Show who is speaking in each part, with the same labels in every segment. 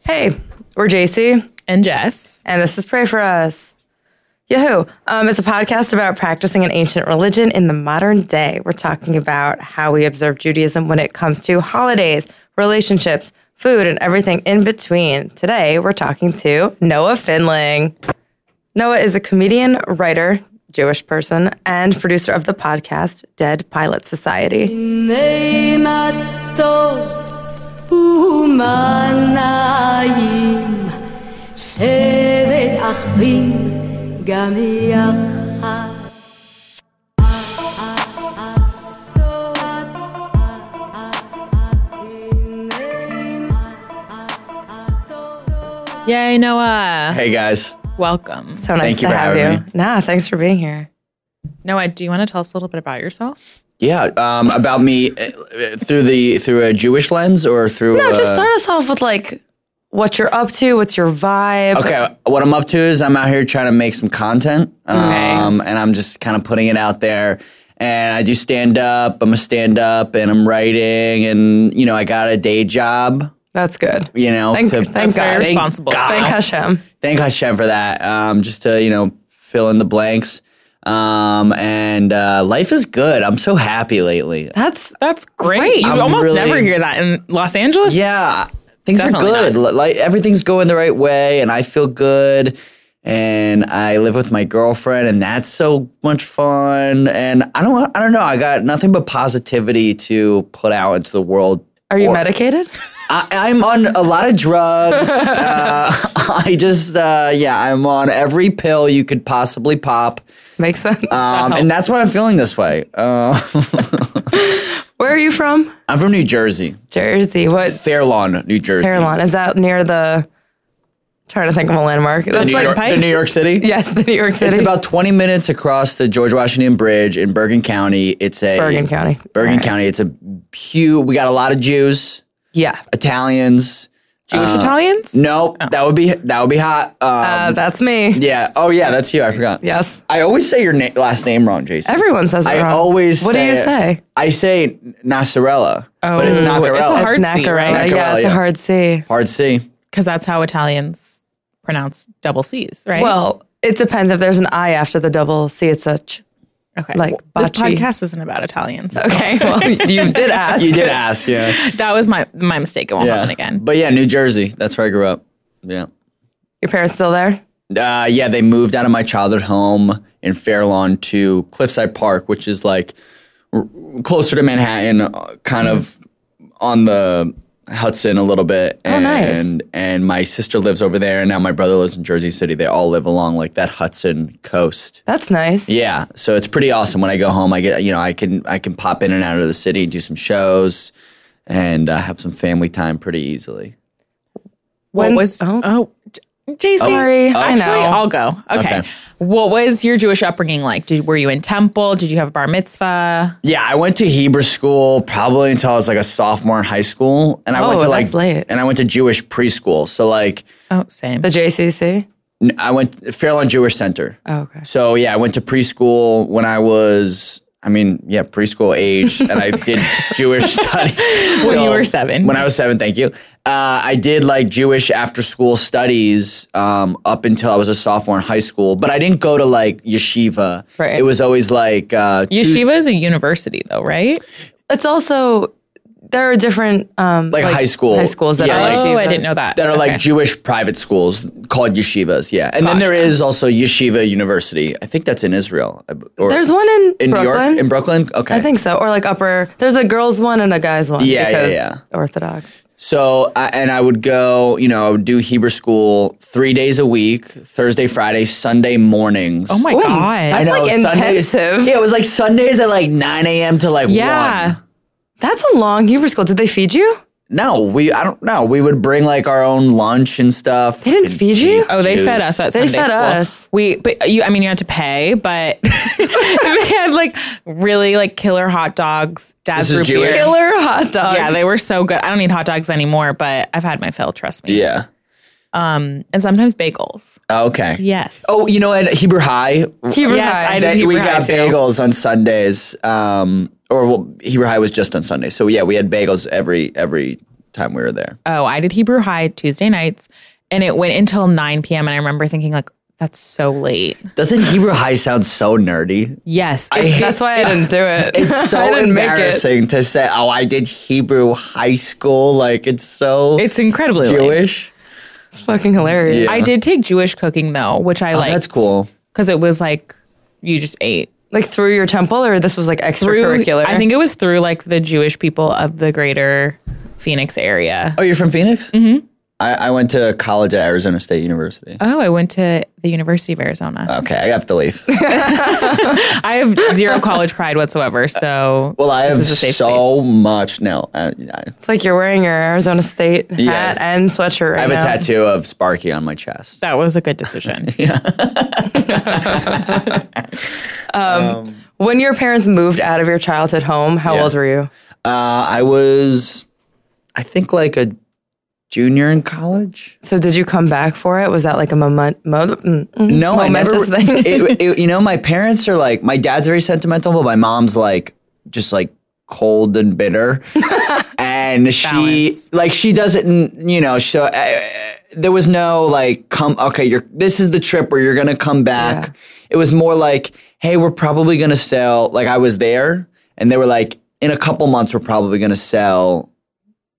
Speaker 1: Hey, we're JC,
Speaker 2: and Jess.
Speaker 1: and this is Pray for Us. Yahoo! Um, it's a podcast about practicing an ancient religion in the modern day. We're talking about how we observe Judaism when it comes to holidays, relationships, food, and everything in between. Today, we're talking to Noah Finling. Noah is a comedian, writer, Jewish person, and producer of the podcast Dead Pilot Society.
Speaker 3: נעמתו ומנעים, שבט אחים גם יחד.
Speaker 2: Yay, Noah.
Speaker 4: Hey guys.
Speaker 2: Welcome.
Speaker 1: So nice
Speaker 4: Thank you
Speaker 1: to
Speaker 4: for
Speaker 1: have
Speaker 4: having
Speaker 1: you.
Speaker 4: me.
Speaker 1: Nah, thanks for being here.
Speaker 2: Noah, do you want to tell us a little bit about yourself?
Speaker 4: Yeah, um, about me uh, uh, through the through a Jewish lens or through
Speaker 1: No, just
Speaker 4: uh,
Speaker 1: start us off with like what you're up to, what's your vibe.
Speaker 4: Okay, what I'm up to is I'm out here trying to make some content, um,
Speaker 2: Nice.
Speaker 4: and I'm just kind of putting it out there. And I do stand up. I'm a stand up, and I'm writing, and you know I got a day job.
Speaker 1: That's good.
Speaker 4: You know,
Speaker 1: Thank-
Speaker 4: to,
Speaker 1: thank That's God. very
Speaker 2: responsible.
Speaker 4: God.
Speaker 1: Thank Hashem.
Speaker 4: thank Hashem for that. Um, just to you know fill in the blanks. Um, and uh, life is good. I'm so happy lately.
Speaker 1: That's
Speaker 2: That's great. You
Speaker 4: I'm
Speaker 2: almost
Speaker 4: really-
Speaker 2: never hear that in Los Angeles.
Speaker 4: Yeah, things
Speaker 2: Definitely
Speaker 4: are good. Li- Like everything's going the right way, and I feel good. And I live with my girlfriend, and that's so much fun. And I don't, I don't know. I got nothing but positivity to put out into the world.
Speaker 1: are you
Speaker 4: Or-
Speaker 1: medicated?
Speaker 4: I, I'm on a lot of drugs. uh, I just, uh, yeah, I'm on every pill you could possibly pop,
Speaker 1: Makes sense.
Speaker 4: um, and that's why I'm feeling this way. Uh,
Speaker 1: Where are you from?
Speaker 4: I'm from New Jersey,
Speaker 1: Jersey. What
Speaker 4: Fairlawn, New Jersey.
Speaker 1: Fairlawn? Is that near the trying to think of a landmark?
Speaker 4: The
Speaker 1: That's
Speaker 4: New
Speaker 1: like
Speaker 4: York,
Speaker 2: Pike?
Speaker 4: the New York City.
Speaker 1: yes, the New York City.
Speaker 4: It's about 20 minutes across the George Washington Bridge in Bergen County. It's a
Speaker 1: Bergen County.
Speaker 4: Bergen
Speaker 1: All right.
Speaker 4: County. It's a huge. We got a lot of Jews,
Speaker 1: Yeah.
Speaker 4: Italians.
Speaker 2: Jewish Italians?
Speaker 4: Nope,
Speaker 1: Oh.
Speaker 4: that would be that would be hot. Um,
Speaker 1: Uh, that's me.
Speaker 4: yeah. Oh yeah, that's you. I forgot.
Speaker 1: Yes.
Speaker 4: I always say your na- last name wrong, Jason.
Speaker 1: Everyone says it
Speaker 4: I
Speaker 1: wrong.
Speaker 4: always.
Speaker 1: What do you
Speaker 4: it-
Speaker 1: say?
Speaker 4: I say Nasarella,
Speaker 2: Oh.
Speaker 4: but it's
Speaker 2: It's a
Speaker 4: Nacarella.
Speaker 2: hard-
Speaker 1: it's
Speaker 2: C,
Speaker 1: Nacarella.
Speaker 2: right?
Speaker 1: Yeah,
Speaker 4: Nacarella,
Speaker 1: it's a
Speaker 4: yeah.
Speaker 1: hard C.
Speaker 4: hard C.
Speaker 2: Because that's how Italians pronounce double C's, right?
Speaker 1: Well, it depends if there's an I after the double C. It's a ch.
Speaker 2: okay.
Speaker 1: like
Speaker 2: this
Speaker 1: bocce.
Speaker 2: podcast isn't about Italians.
Speaker 1: Okay. Well, you did ask.
Speaker 4: You did ask, yeah,
Speaker 2: That was my my mistake. It won't
Speaker 4: yeah.
Speaker 2: happen again.
Speaker 4: But yeah, New Jersey. That's where I grew up. Yeah.
Speaker 1: Your parents still there?
Speaker 4: Uh, yeah, they moved out of my childhood home in Fairlawn to Cliffside Park, which is like r- closer to Manhattan, uh, kind of on the Hudson a little bit. And,
Speaker 1: nice.
Speaker 4: And my sister lives over there, and now my brother lives in Jersey City. They all live along like that Hudson coast.
Speaker 1: That's nice.
Speaker 4: Yeah, so it's pretty awesome. When I go home, I get you know I can I can pop in and out of the city, do some shows, and uh, have some family time pretty easily.
Speaker 2: What
Speaker 1: When-
Speaker 2: was
Speaker 1: oh.
Speaker 2: oh, J- JC?
Speaker 1: Sorry, I
Speaker 2: Actually,
Speaker 1: know.
Speaker 2: I'll go. Okay.
Speaker 4: Okay.
Speaker 2: What was your Jewish upbringing like? Did were you in temple? Did you have a bar mitzvah?
Speaker 4: Yeah, I went to Hebrew school probably until I was like a sophomore in high school, and I went
Speaker 1: Oh,
Speaker 4: to like
Speaker 1: that's late.
Speaker 4: and I went to Jewish preschool. So like
Speaker 2: Oh, same.
Speaker 1: The JCC.
Speaker 4: n- I went Fairlawn Jewish Center.
Speaker 1: Oh, okay.
Speaker 4: So yeah, I went to preschool when I was I mean yeah preschool age, and I did Jewish study
Speaker 2: When you
Speaker 4: till-
Speaker 2: were seven.
Speaker 4: When I was seven, thank you. Uh, I did like Jewish after school studies um, up until I was a sophomore in high school, but I didn't go to like yeshiva.
Speaker 1: Right.
Speaker 4: It was always like uh, two-
Speaker 2: Yeshiva is a university, though, right?
Speaker 1: It's also there are different um
Speaker 4: Like high school.
Speaker 1: high schools that
Speaker 4: Yeah,
Speaker 1: are
Speaker 4: like-
Speaker 2: oh, I
Speaker 1: yeshivas.
Speaker 2: didn't know that.
Speaker 4: that are
Speaker 2: Okay.
Speaker 4: like Jewish private schools called yeshivas. Yeah, and then there is also Yeshiva University. I think that's in Israel. I b- Or
Speaker 1: There's one in,
Speaker 4: in New
Speaker 1: Brooklyn.
Speaker 4: York, in Brooklyn. Okay,
Speaker 1: I think so, or like upper. There's a girls one and a guys one.
Speaker 4: Yeah, yeah,
Speaker 1: because
Speaker 4: yeah.
Speaker 1: Orthodox.
Speaker 4: so. I, and I would go. You know, I would do Hebrew school three days a week: Thursday, Friday, Sunday mornings.
Speaker 2: Oh my
Speaker 1: Ooh,
Speaker 2: god.
Speaker 1: I- That's, like,
Speaker 4: Sundays-
Speaker 1: intensive.
Speaker 4: yeah, it was like Sundays at like nine a.m. to like
Speaker 2: yeah.
Speaker 4: one.
Speaker 1: That's a long Hebrew school. Did they feed you?
Speaker 4: No, we I don't know. We would bring like our own lunch and stuff.
Speaker 1: They didn't feed you?
Speaker 2: Oh, they
Speaker 4: Jews.
Speaker 2: fed us at
Speaker 1: They
Speaker 2: Sunday
Speaker 1: fed
Speaker 2: school.
Speaker 1: us.
Speaker 2: We, but you, I mean, you had to pay, but they had like really like killer hot dogs. Dad's
Speaker 4: This is
Speaker 2: root beer.
Speaker 4: Jewish?
Speaker 1: Killer hot dogs.
Speaker 2: Yeah, they were so good. I don't need hot dogs anymore, but I've had my fill. Trust me.
Speaker 4: Yeah.
Speaker 2: Um, and sometimes bagels.
Speaker 4: Okay.
Speaker 2: Yes.
Speaker 4: Oh, you know, at Hebrew High,
Speaker 1: Hebrew
Speaker 2: Yes,
Speaker 1: high.
Speaker 2: I did.
Speaker 4: that
Speaker 2: Hebrew
Speaker 4: we
Speaker 2: High,
Speaker 4: got
Speaker 2: too.
Speaker 4: bagels on Sundays. Um, or well, Hebrew High was just on Sundays. So yeah, we had bagels every every time we were there.
Speaker 2: oh, I did Hebrew High Tuesday nights, and it went until 9 p.m. And I remember thinking, like, that's so late.
Speaker 4: Doesn't Hebrew High sound so nerdy?
Speaker 2: Yes.
Speaker 4: I hate
Speaker 1: That's why I didn't do it.
Speaker 4: It's so
Speaker 1: I didn't make it.
Speaker 4: embarrassing to say, "Oh, I did Hebrew high school." Like it's so
Speaker 2: it's incredibly late.
Speaker 4: Jewish.
Speaker 1: It's fucking hilarious.
Speaker 4: Yeah.
Speaker 2: I did take Jewish cooking though, which I
Speaker 4: Oh,
Speaker 2: like.
Speaker 4: that's cool.
Speaker 2: Because it was like you just ate
Speaker 1: Like through your temple, or this was like
Speaker 2: through.
Speaker 1: extracurricular.
Speaker 2: I think it was through like the Jewish people of the greater Phoenix area.
Speaker 4: Oh, you're from Phoenix? Mm-hmm. I, I went to college at Arizona State University.
Speaker 2: Oh, I went to the University of Arizona.
Speaker 4: Okay, I have to leave.
Speaker 2: I have zero college pride whatsoever. So
Speaker 4: Well, I
Speaker 2: this
Speaker 4: have
Speaker 2: is a safe
Speaker 4: so much. No, I, I,
Speaker 1: it's like you're wearing your Arizona State hat
Speaker 4: Yes.
Speaker 1: and sweatshirt. Right
Speaker 4: I have a
Speaker 1: now.
Speaker 4: tattoo of Sparky on my chest.
Speaker 2: that was a good decision.
Speaker 1: When your parents moved out of your childhood home, how
Speaker 4: Yeah.
Speaker 1: old were you?
Speaker 4: Uh, I was, I think, like a junior in college.
Speaker 1: So did you come back for it? Was that like a moment? Mo- mm, mm,
Speaker 4: No,
Speaker 1: momentous
Speaker 4: I never.
Speaker 1: thing.
Speaker 4: it, it, you know, my parents are like, my dad's very sentimental, but my mom's like, just like cold and bitter, and she
Speaker 2: Balance.
Speaker 4: like she doesn't, you know, so uh, there was no like, come, okay, you're this is the trip where you're gonna come back. It was more like, hey, we're probably gonna sell. Like I was there, and they were like, in a couple months, we're probably gonna sell.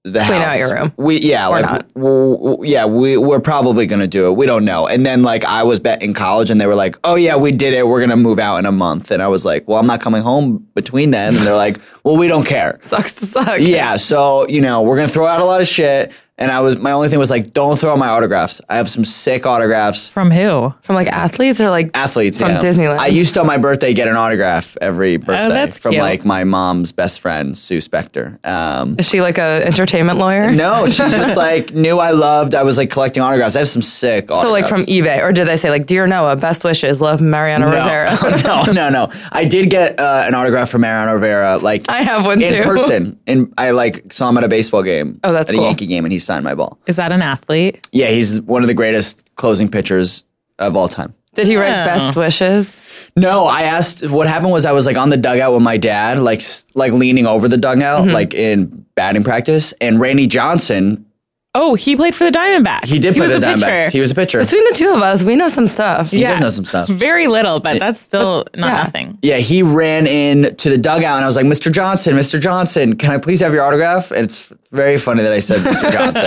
Speaker 4: The
Speaker 1: Clean out
Speaker 4: house.
Speaker 1: your room.
Speaker 4: We yeah,
Speaker 1: Or
Speaker 4: like,
Speaker 1: not.
Speaker 4: w- w- yeah, we we're probably gonna do it. We don't know. And then like I was bet in college, and they were like, "Oh yeah, we did it. We're gonna move out in a month." And I was like, "Well, I'm not coming home between then." And they're like, "Well, we don't care."
Speaker 1: Sucks to suck.
Speaker 4: Yeah, so you know we're gonna throw out a lot of shit. And I was my only thing was like, don't throw out my autographs. I have some sick autographs.
Speaker 2: From who?
Speaker 1: From like athletes or like
Speaker 4: Athletes
Speaker 1: From
Speaker 4: yeah.
Speaker 1: Disneyland. Oh,
Speaker 4: I used to on my birthday get an autograph every birthday
Speaker 2: that's
Speaker 4: from
Speaker 2: cute.
Speaker 4: like my mom's best friend Sue Spector. Um,
Speaker 1: is she like a entertainment lawyer?
Speaker 4: no, she just like knew I loved. I was like collecting autographs. I have some sick. Autographs.
Speaker 1: So like from eBay, or did they say like, "Dear Noah, best wishes, love Mariana Rivera"?
Speaker 4: no, no, no. I did get uh, an autograph from Mariano Rivera. Like
Speaker 1: I have one
Speaker 4: in
Speaker 1: too.
Speaker 4: person, and I like saw him at a baseball game.
Speaker 1: Oh, that's
Speaker 4: at
Speaker 1: cool.
Speaker 4: a Yankee game, and he signed my ball.
Speaker 2: Is that an athlete?
Speaker 4: Yeah, he's one of the greatest closing pitchers of all time.
Speaker 1: Did he write
Speaker 2: No.
Speaker 1: best wishes?
Speaker 4: No, I asked what happened was I was like on the dugout with my dad, like s- like leaning over the dugout,
Speaker 1: Mm-hmm.
Speaker 4: like in batting practice, and Randy Johnson.
Speaker 2: Oh, he played for the Diamondbacks.
Speaker 4: He did play
Speaker 2: was
Speaker 4: the
Speaker 2: a pitcher.
Speaker 4: Diamondbacks. He was a pitcher.
Speaker 1: Between the two of us, we know some stuff.
Speaker 4: He does know some stuff.
Speaker 2: Very little, but that's still not
Speaker 1: yeah.
Speaker 2: nothing.
Speaker 4: Yeah, he ran in to the dugout and I was like, Mr. Johnson, Mr. Johnson, can I please have your autograph? And it's very funny that I said Mr. Johnson.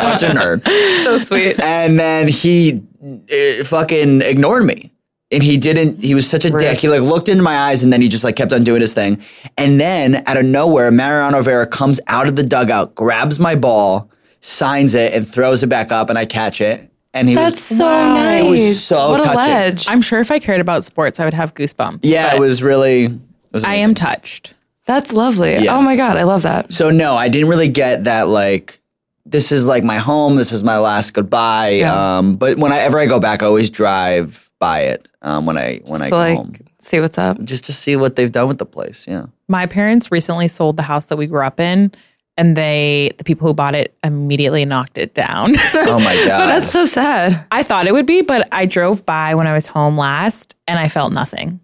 Speaker 4: Such a nerd.
Speaker 1: So sweet.
Speaker 4: And then he uh, fucking ignored me. And he didn't, he was such a dick. He like looked into my eyes and then he just like kept on doing his thing. And then out of nowhere, Mariano Rivera comes out of the dugout, grabs my ball, signs it, and throws it back up, and I catch it. And he
Speaker 1: That's
Speaker 4: was
Speaker 1: so nice.
Speaker 4: It was so
Speaker 1: what
Speaker 4: touching.
Speaker 1: a ledge.
Speaker 2: I'm sure if I cared about sports, I would have goosebumps.
Speaker 4: Yeah,
Speaker 2: but
Speaker 4: it was really it was
Speaker 2: I
Speaker 4: amazing.
Speaker 2: am touched.
Speaker 1: That's lovely.
Speaker 4: Yeah.
Speaker 1: Oh my god, I love that.
Speaker 4: So no, I didn't really get that like this is like my home, this is my last goodbye.
Speaker 1: Yeah.
Speaker 4: Um but whenever I go back I always drive by it um when I when
Speaker 1: Just
Speaker 4: I go
Speaker 1: to like
Speaker 4: home.
Speaker 1: see what's up.
Speaker 4: Just to see what they've done with the place. Yeah.
Speaker 2: My parents recently sold the house that we grew up in, and they, the people who bought it, immediately knocked it down.
Speaker 4: Oh my god.
Speaker 1: That's so sad.
Speaker 2: I thought it would be, but I drove by when I was home last, and I felt nothing.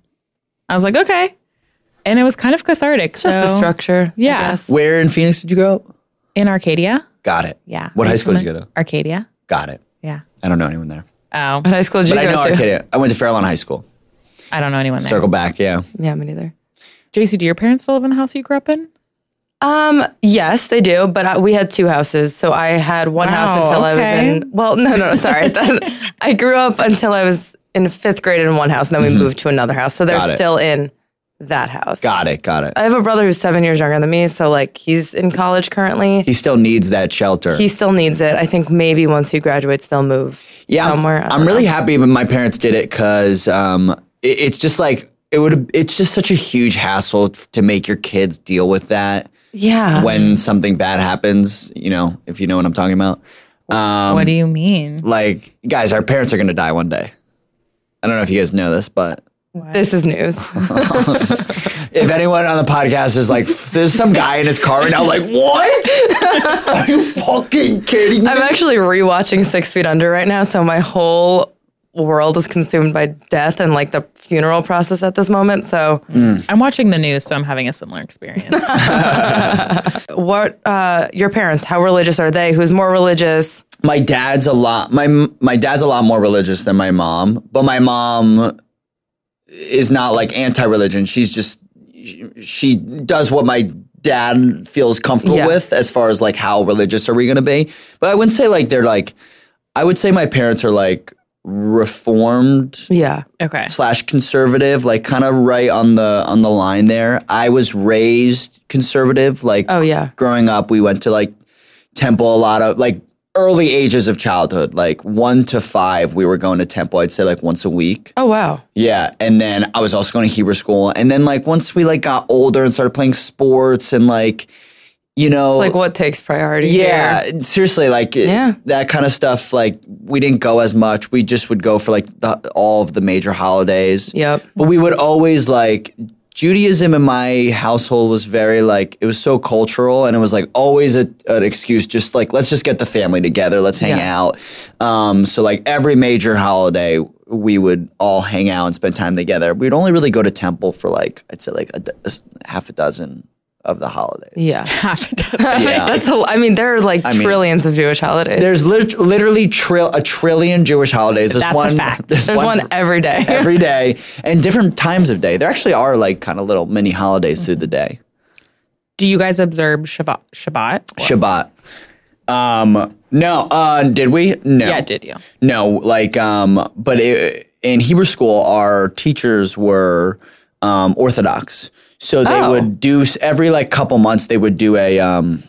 Speaker 2: I was like, okay, and it was kind of cathartic.
Speaker 1: Just the
Speaker 2: so-
Speaker 1: structure. I
Speaker 2: Yeah.
Speaker 1: guess.
Speaker 4: Where in Phoenix did you grow up?
Speaker 2: in Arcadia.
Speaker 4: Got it.
Speaker 2: Yeah.
Speaker 4: What
Speaker 2: Are
Speaker 4: high school did you
Speaker 2: from
Speaker 4: go to?
Speaker 2: Arcadia.
Speaker 4: Got it.
Speaker 2: Yeah.
Speaker 4: I don't know anyone there.
Speaker 2: Oh,
Speaker 1: What high school did you
Speaker 4: But I
Speaker 1: go
Speaker 4: know
Speaker 1: to?
Speaker 4: Arcadia. I went to Fairlawn High School.
Speaker 2: I don't know anyone there.
Speaker 4: Circle back, yeah.
Speaker 1: Yeah, me neither.
Speaker 2: JC, do your parents still live in the house you grew up in?
Speaker 1: Um, yes, they do, but I, we had two houses. So I had one house
Speaker 2: Wow,
Speaker 1: until I
Speaker 2: okay.
Speaker 1: was in, well, no, no, sorry. That- I grew up until I was in fifth grade in one house, and then we moved to another house. So
Speaker 4: Mm-hmm. Got
Speaker 1: they're
Speaker 4: it.
Speaker 1: still in that house.
Speaker 4: Got it, got it.
Speaker 1: I have a brother who's seven years younger than me. So, like, he's in college currently.
Speaker 4: He still needs that shelter.
Speaker 1: He still needs it. I think maybe once he graduates, they'll move
Speaker 4: yeah, I'm-
Speaker 1: somewhere. I don't
Speaker 4: I'm, really happy when my parents did it because um, it, it's just like it would. It's just such a huge hassle f- to make your kids deal with that
Speaker 1: Yeah.
Speaker 4: when something bad happens. You know, if you know what I'm talking about. Um,
Speaker 2: what do you mean?
Speaker 4: like, guys, our parents are gonna die one day. I don't know if you guys know this, but
Speaker 1: This is news.
Speaker 4: if anyone on the podcast is like, there's some guy in his car right now, like, what? Are you fucking kidding me?
Speaker 1: I'm actually rewatching Six Feet Under right now, so my whole world is consumed by death and like the funeral process at this moment. So,
Speaker 4: Mm.
Speaker 2: I'm watching the news, so I'm having a similar experience.
Speaker 1: what uh, your parents? How religious are they? Who's more religious?
Speaker 4: my dad's a lot my my dad's a lot more religious than my mom but my mom is not like anti-religion she's just she, she does what my dad feels comfortable
Speaker 1: Yeah.
Speaker 4: with as far as like how religious are we going to be but i wouldn't say like they're like i would say my parents are like reformed
Speaker 1: Yeah,
Speaker 2: okay.
Speaker 4: slash conservative like kind of right on the on the line there i was raised conservative like
Speaker 1: Oh, yeah.
Speaker 4: growing up we went to like temple a lot of like early ages of childhood like one to five we were going to temple i'd say like once a week
Speaker 1: Oh wow.
Speaker 4: yeah and then i was also going to hebrew school and then like once we like got older and started playing sports and like you know
Speaker 1: Like what takes priority?
Speaker 4: yeah,
Speaker 1: here?
Speaker 4: seriously, like it-
Speaker 1: Yeah.
Speaker 4: that kind of stuff. Like we didn't go as much. We just would go for like the, all of the major holidays.
Speaker 1: Yep.
Speaker 4: But we would always like Judaism in my household was very like it was so cultural and it was like always a, an excuse just like let's just get the family together, let's hang
Speaker 1: Yeah.
Speaker 4: out. Um, so like every major holiday we would all hang out and spend time together. We'd only really go to temple for like I'd say like a, do- half a dozen of the holidays.
Speaker 1: Yeah.
Speaker 2: Half a dozen.
Speaker 4: Yeah.
Speaker 1: That's a, I mean, there are like
Speaker 4: mean-
Speaker 1: trillions of Jewish holidays.
Speaker 4: There's lit- literally tril- a trillion Jewish holidays. There's
Speaker 2: That's a
Speaker 4: one,
Speaker 2: fact.
Speaker 1: There's one,
Speaker 4: for
Speaker 1: every day.
Speaker 4: every day and different times of day. There actually are like kind of little mini holidays through the day.
Speaker 2: Do you guys observe Shabbat? Shabbat?
Speaker 4: Shabbat. Um, no, uh, did we? No.
Speaker 2: Yeah, did you?
Speaker 4: No, like, um, but it, in Hebrew school, our teachers were um, Orthodox, so they
Speaker 1: Oh.
Speaker 4: would do s- every like couple months they would do a um,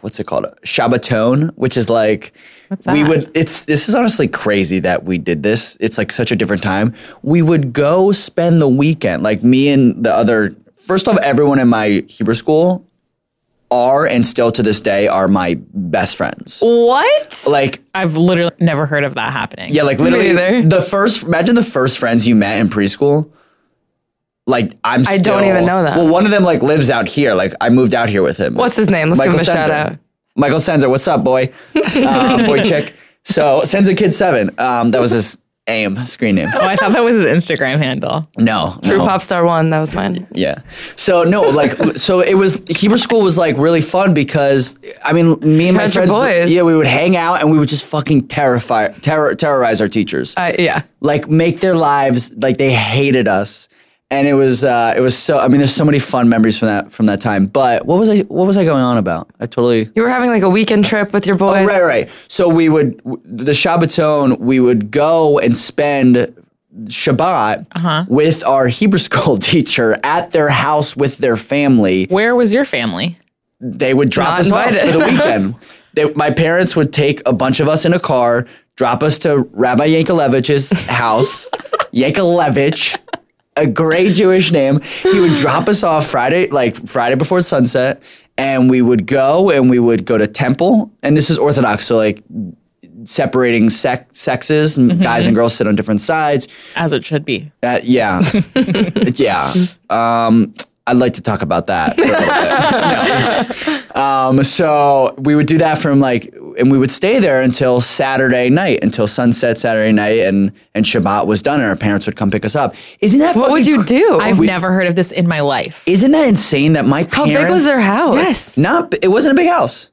Speaker 4: what's it called, a Shabbaton, which is like
Speaker 2: What's
Speaker 4: we
Speaker 2: that?
Speaker 4: would. It's this is honestly crazy that we did this. It's like such a different time. We would go spend the weekend, like me and the other. First off, everyone in my Hebrew school are and still to this day are my best friends.
Speaker 1: What?
Speaker 4: Like
Speaker 2: I've literally never heard of that happening.
Speaker 4: yeah, like literally
Speaker 1: either.
Speaker 4: the first. Imagine the first friends you met in preschool. Like I'm.
Speaker 1: I don't
Speaker 4: still-
Speaker 1: even know them.
Speaker 4: Well, one of them like lives out here. Like I moved out here with him.
Speaker 1: What's his name? Let's give him a shout
Speaker 4: Senzer.
Speaker 1: out.
Speaker 4: Michael Senzer, what's up, boy? uh, boy chick. So Senzer Kid Seven. Um, that was his aim screen name.
Speaker 2: Oh, I thought that was his Instagram handle.
Speaker 4: No,
Speaker 1: True
Speaker 4: no.
Speaker 1: Pop Star One. That was mine.
Speaker 4: Yeah. So no, like so it was Hebrew school was like really fun because I mean me and my
Speaker 1: Had your
Speaker 4: friends
Speaker 1: boys.
Speaker 4: yeah we would hang out and we would just fucking terrify terror, terrorize our teachers
Speaker 1: Uh, yeah.
Speaker 4: like make their lives like they hated us and it was uh it was so i mean there's so many fun memories from that from that time but what was i what was i going on about i totally
Speaker 1: You were having like a weekend trip with your boys.
Speaker 4: Oh, right, right. So we would w- the Shabbaton. We would go and spend Shabbat with our Hebrew school teacher at their house with their family.
Speaker 2: Where was your family?
Speaker 4: They would drop
Speaker 1: Not
Speaker 4: us off
Speaker 1: invited.
Speaker 4: for the weekend. they, my parents would take a bunch of us in a car, drop us to Rabbi Yankelevich's house. Yankelevich. A great Jewish name. He would drop us off Friday, like Friday before sunset, and we would go and we would go to temple. And this is Orthodox, so like separating sec- sexes, and
Speaker 1: Mm-hmm.
Speaker 4: guys and girls sit on different sides.
Speaker 2: As it should be.
Speaker 4: Uh, yeah, yeah. Um, I'd like to talk about that. For a little bit. No. Um, so we would do that from like, and we would stay there until Saturday night, until sunset Saturday night, and and Shabbat was done, and our parents would come pick us up. Isn't that
Speaker 1: What would
Speaker 4: fucking
Speaker 1: you
Speaker 4: cr-
Speaker 1: do?
Speaker 2: I've never heard of this in my life.
Speaker 4: Isn't that insane that my
Speaker 1: How
Speaker 4: parents?
Speaker 1: big was their house?
Speaker 2: Yes.
Speaker 4: Not. It wasn't a big house.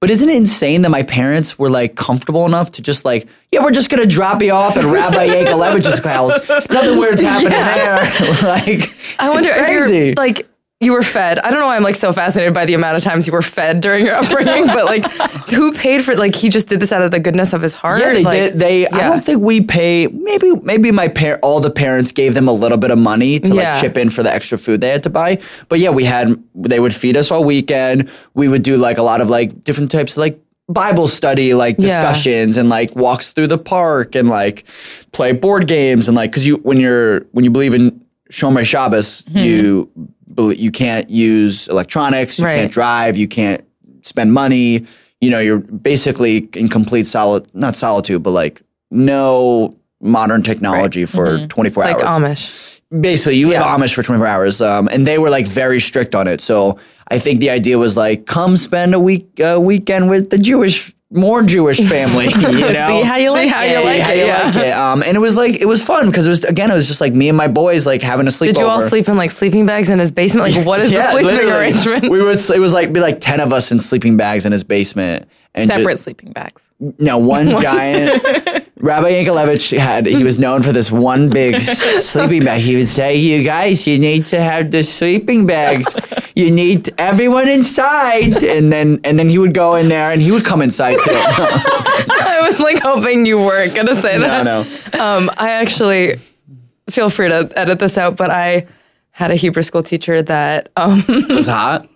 Speaker 4: But isn't it insane that my parents were like comfortable enough to just like, yeah, we're just gonna drop you off at Rabbi Yegelevich's house. Nothing weird's happening there. like,
Speaker 1: I wonder
Speaker 4: it's
Speaker 1: if
Speaker 4: crazy.
Speaker 1: you're like you were fed. I don't know why I'm like so fascinated by the amount of times you were fed during your upbringing, but like who paid for it? Like he just did this out of the goodness of his heart.
Speaker 4: yeah, they
Speaker 1: like,
Speaker 4: did. They. I
Speaker 1: yeah.
Speaker 4: don't think we pay. Maybe maybe my par- all the parents gave them a little bit of money to
Speaker 1: Yeah.
Speaker 4: like chip in for the extra food they had to buy. But yeah, we had. They would feed us all weekend. We would do like a lot of like different types of like Bible study, like
Speaker 1: Yeah.
Speaker 4: discussions and like walks through the park and like play board games and like because you when you're when you believe in Shomer Shabbos,
Speaker 1: Hmm.
Speaker 4: you bel you can't use electronics. You
Speaker 1: Right.
Speaker 4: can't drive. You can't spend money. You know, you're basically in complete solid, not solitude, but like no modern technology for 24
Speaker 1: Mm-hmm. like
Speaker 4: hours.
Speaker 1: Amish.
Speaker 4: basically, you live Amish for 24 hours. Um, and they were like very strict on it. So I think the idea was like, come spend a week, a uh, weekend with the Jewish more Jewish family. You know,
Speaker 2: See how you like
Speaker 1: how
Speaker 2: it.
Speaker 1: you like
Speaker 4: how
Speaker 1: it,
Speaker 4: you
Speaker 1: yeah.
Speaker 4: like it. Um, and it was like it was fun because it was again it was just like me and my boys like having a sleepover.
Speaker 1: Did you all sleep in like sleeping bags in his basement? Like, what is the sleeping
Speaker 4: literally.
Speaker 1: arrangement?
Speaker 4: We was it was like be like ten of us in sleeping bags in his basement. And ju-
Speaker 2: Separate sleeping bags.
Speaker 4: no, one giant. Rabbi Yankelevich had, he was known for this one big s- sleeping bag. He would say, You guys, you need to have the sleeping bags. You need everyone inside. And then, and then he would go in there and he would come inside too.
Speaker 1: I was like hoping you weren't gonna say that.
Speaker 4: no, no.
Speaker 1: Um, I actually feel free to edit this out, but I had a Hebrew school teacher that um,
Speaker 4: It was hot.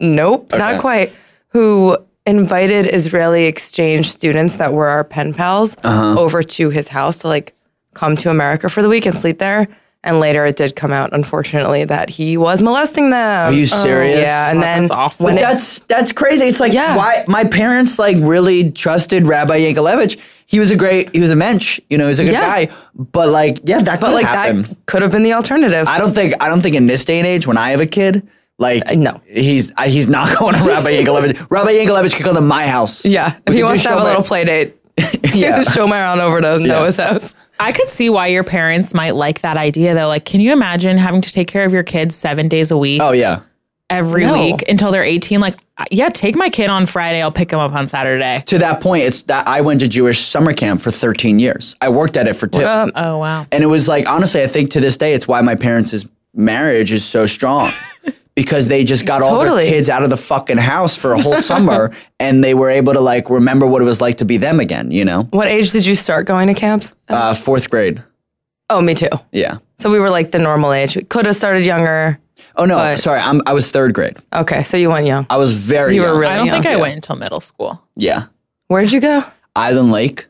Speaker 1: Nope,
Speaker 4: Okay.
Speaker 1: not quite. Who invited Israeli exchange students that were our pen pals
Speaker 4: Uh-huh.
Speaker 1: over to his house to like come to America for the week and sleep there. And later it did come out, unfortunately, that he was molesting them. Oh.
Speaker 4: Are you serious?
Speaker 1: yeah, and then
Speaker 2: that's awful.
Speaker 1: when
Speaker 4: But
Speaker 1: it,
Speaker 4: that's that's crazy. It's like
Speaker 1: Yeah.
Speaker 4: why my parents like really trusted Rabbi Yankelevich. He was a great, he was a mensch, you know, he was a good
Speaker 1: Yeah.
Speaker 4: guy. But like, yeah, that
Speaker 1: but
Speaker 4: could
Speaker 1: like
Speaker 4: happen.
Speaker 1: that could have been the alternative.
Speaker 4: I don't think I don't think in this day and age when I have a kid, like
Speaker 1: Uh, no.
Speaker 4: he's I, he's not going to Rabbi Yankelevich. Rabbi Yankelevich could come to my house.
Speaker 1: yeah,
Speaker 4: We
Speaker 1: if he
Speaker 4: could
Speaker 1: wants
Speaker 4: do
Speaker 1: to have a
Speaker 4: Shomer-
Speaker 1: little play date,
Speaker 4: Yeah.
Speaker 1: show my around over to Noah's house.
Speaker 2: I could see why your parents might like that idea though. Like, can you imagine having to take care of your kids seven days a week,
Speaker 4: Oh yeah.
Speaker 2: every
Speaker 1: No.
Speaker 2: week until they're 18? Like, I- yeah, take my kid on Friday. I'll pick him up on Saturday.
Speaker 4: To that point, it's that I went to Jewish summer camp for 13 years. I worked at it for two.
Speaker 1: Um,
Speaker 2: Oh, wow.
Speaker 4: And it was like honestly, I think to this day, it's why my parents' marriage is so strong. Because they just got all their
Speaker 1: Totally.
Speaker 4: kids out of the fucking house for a whole summer and they were able to like remember what it was like to be them again, you know?
Speaker 1: what age did you start going to camp?
Speaker 4: Uh, fourth grade.
Speaker 1: Oh, me too.
Speaker 4: Yeah.
Speaker 1: So we were like the normal age. We could have started younger.
Speaker 4: Oh no, sorry, I'm, I was third grade.
Speaker 1: Okay, so you went young.
Speaker 4: I was very
Speaker 1: You were
Speaker 4: young.
Speaker 1: really
Speaker 2: I don't think
Speaker 1: young.
Speaker 2: I went until middle school.
Speaker 4: Yeah.
Speaker 1: Where'd you go?
Speaker 4: Island Lake.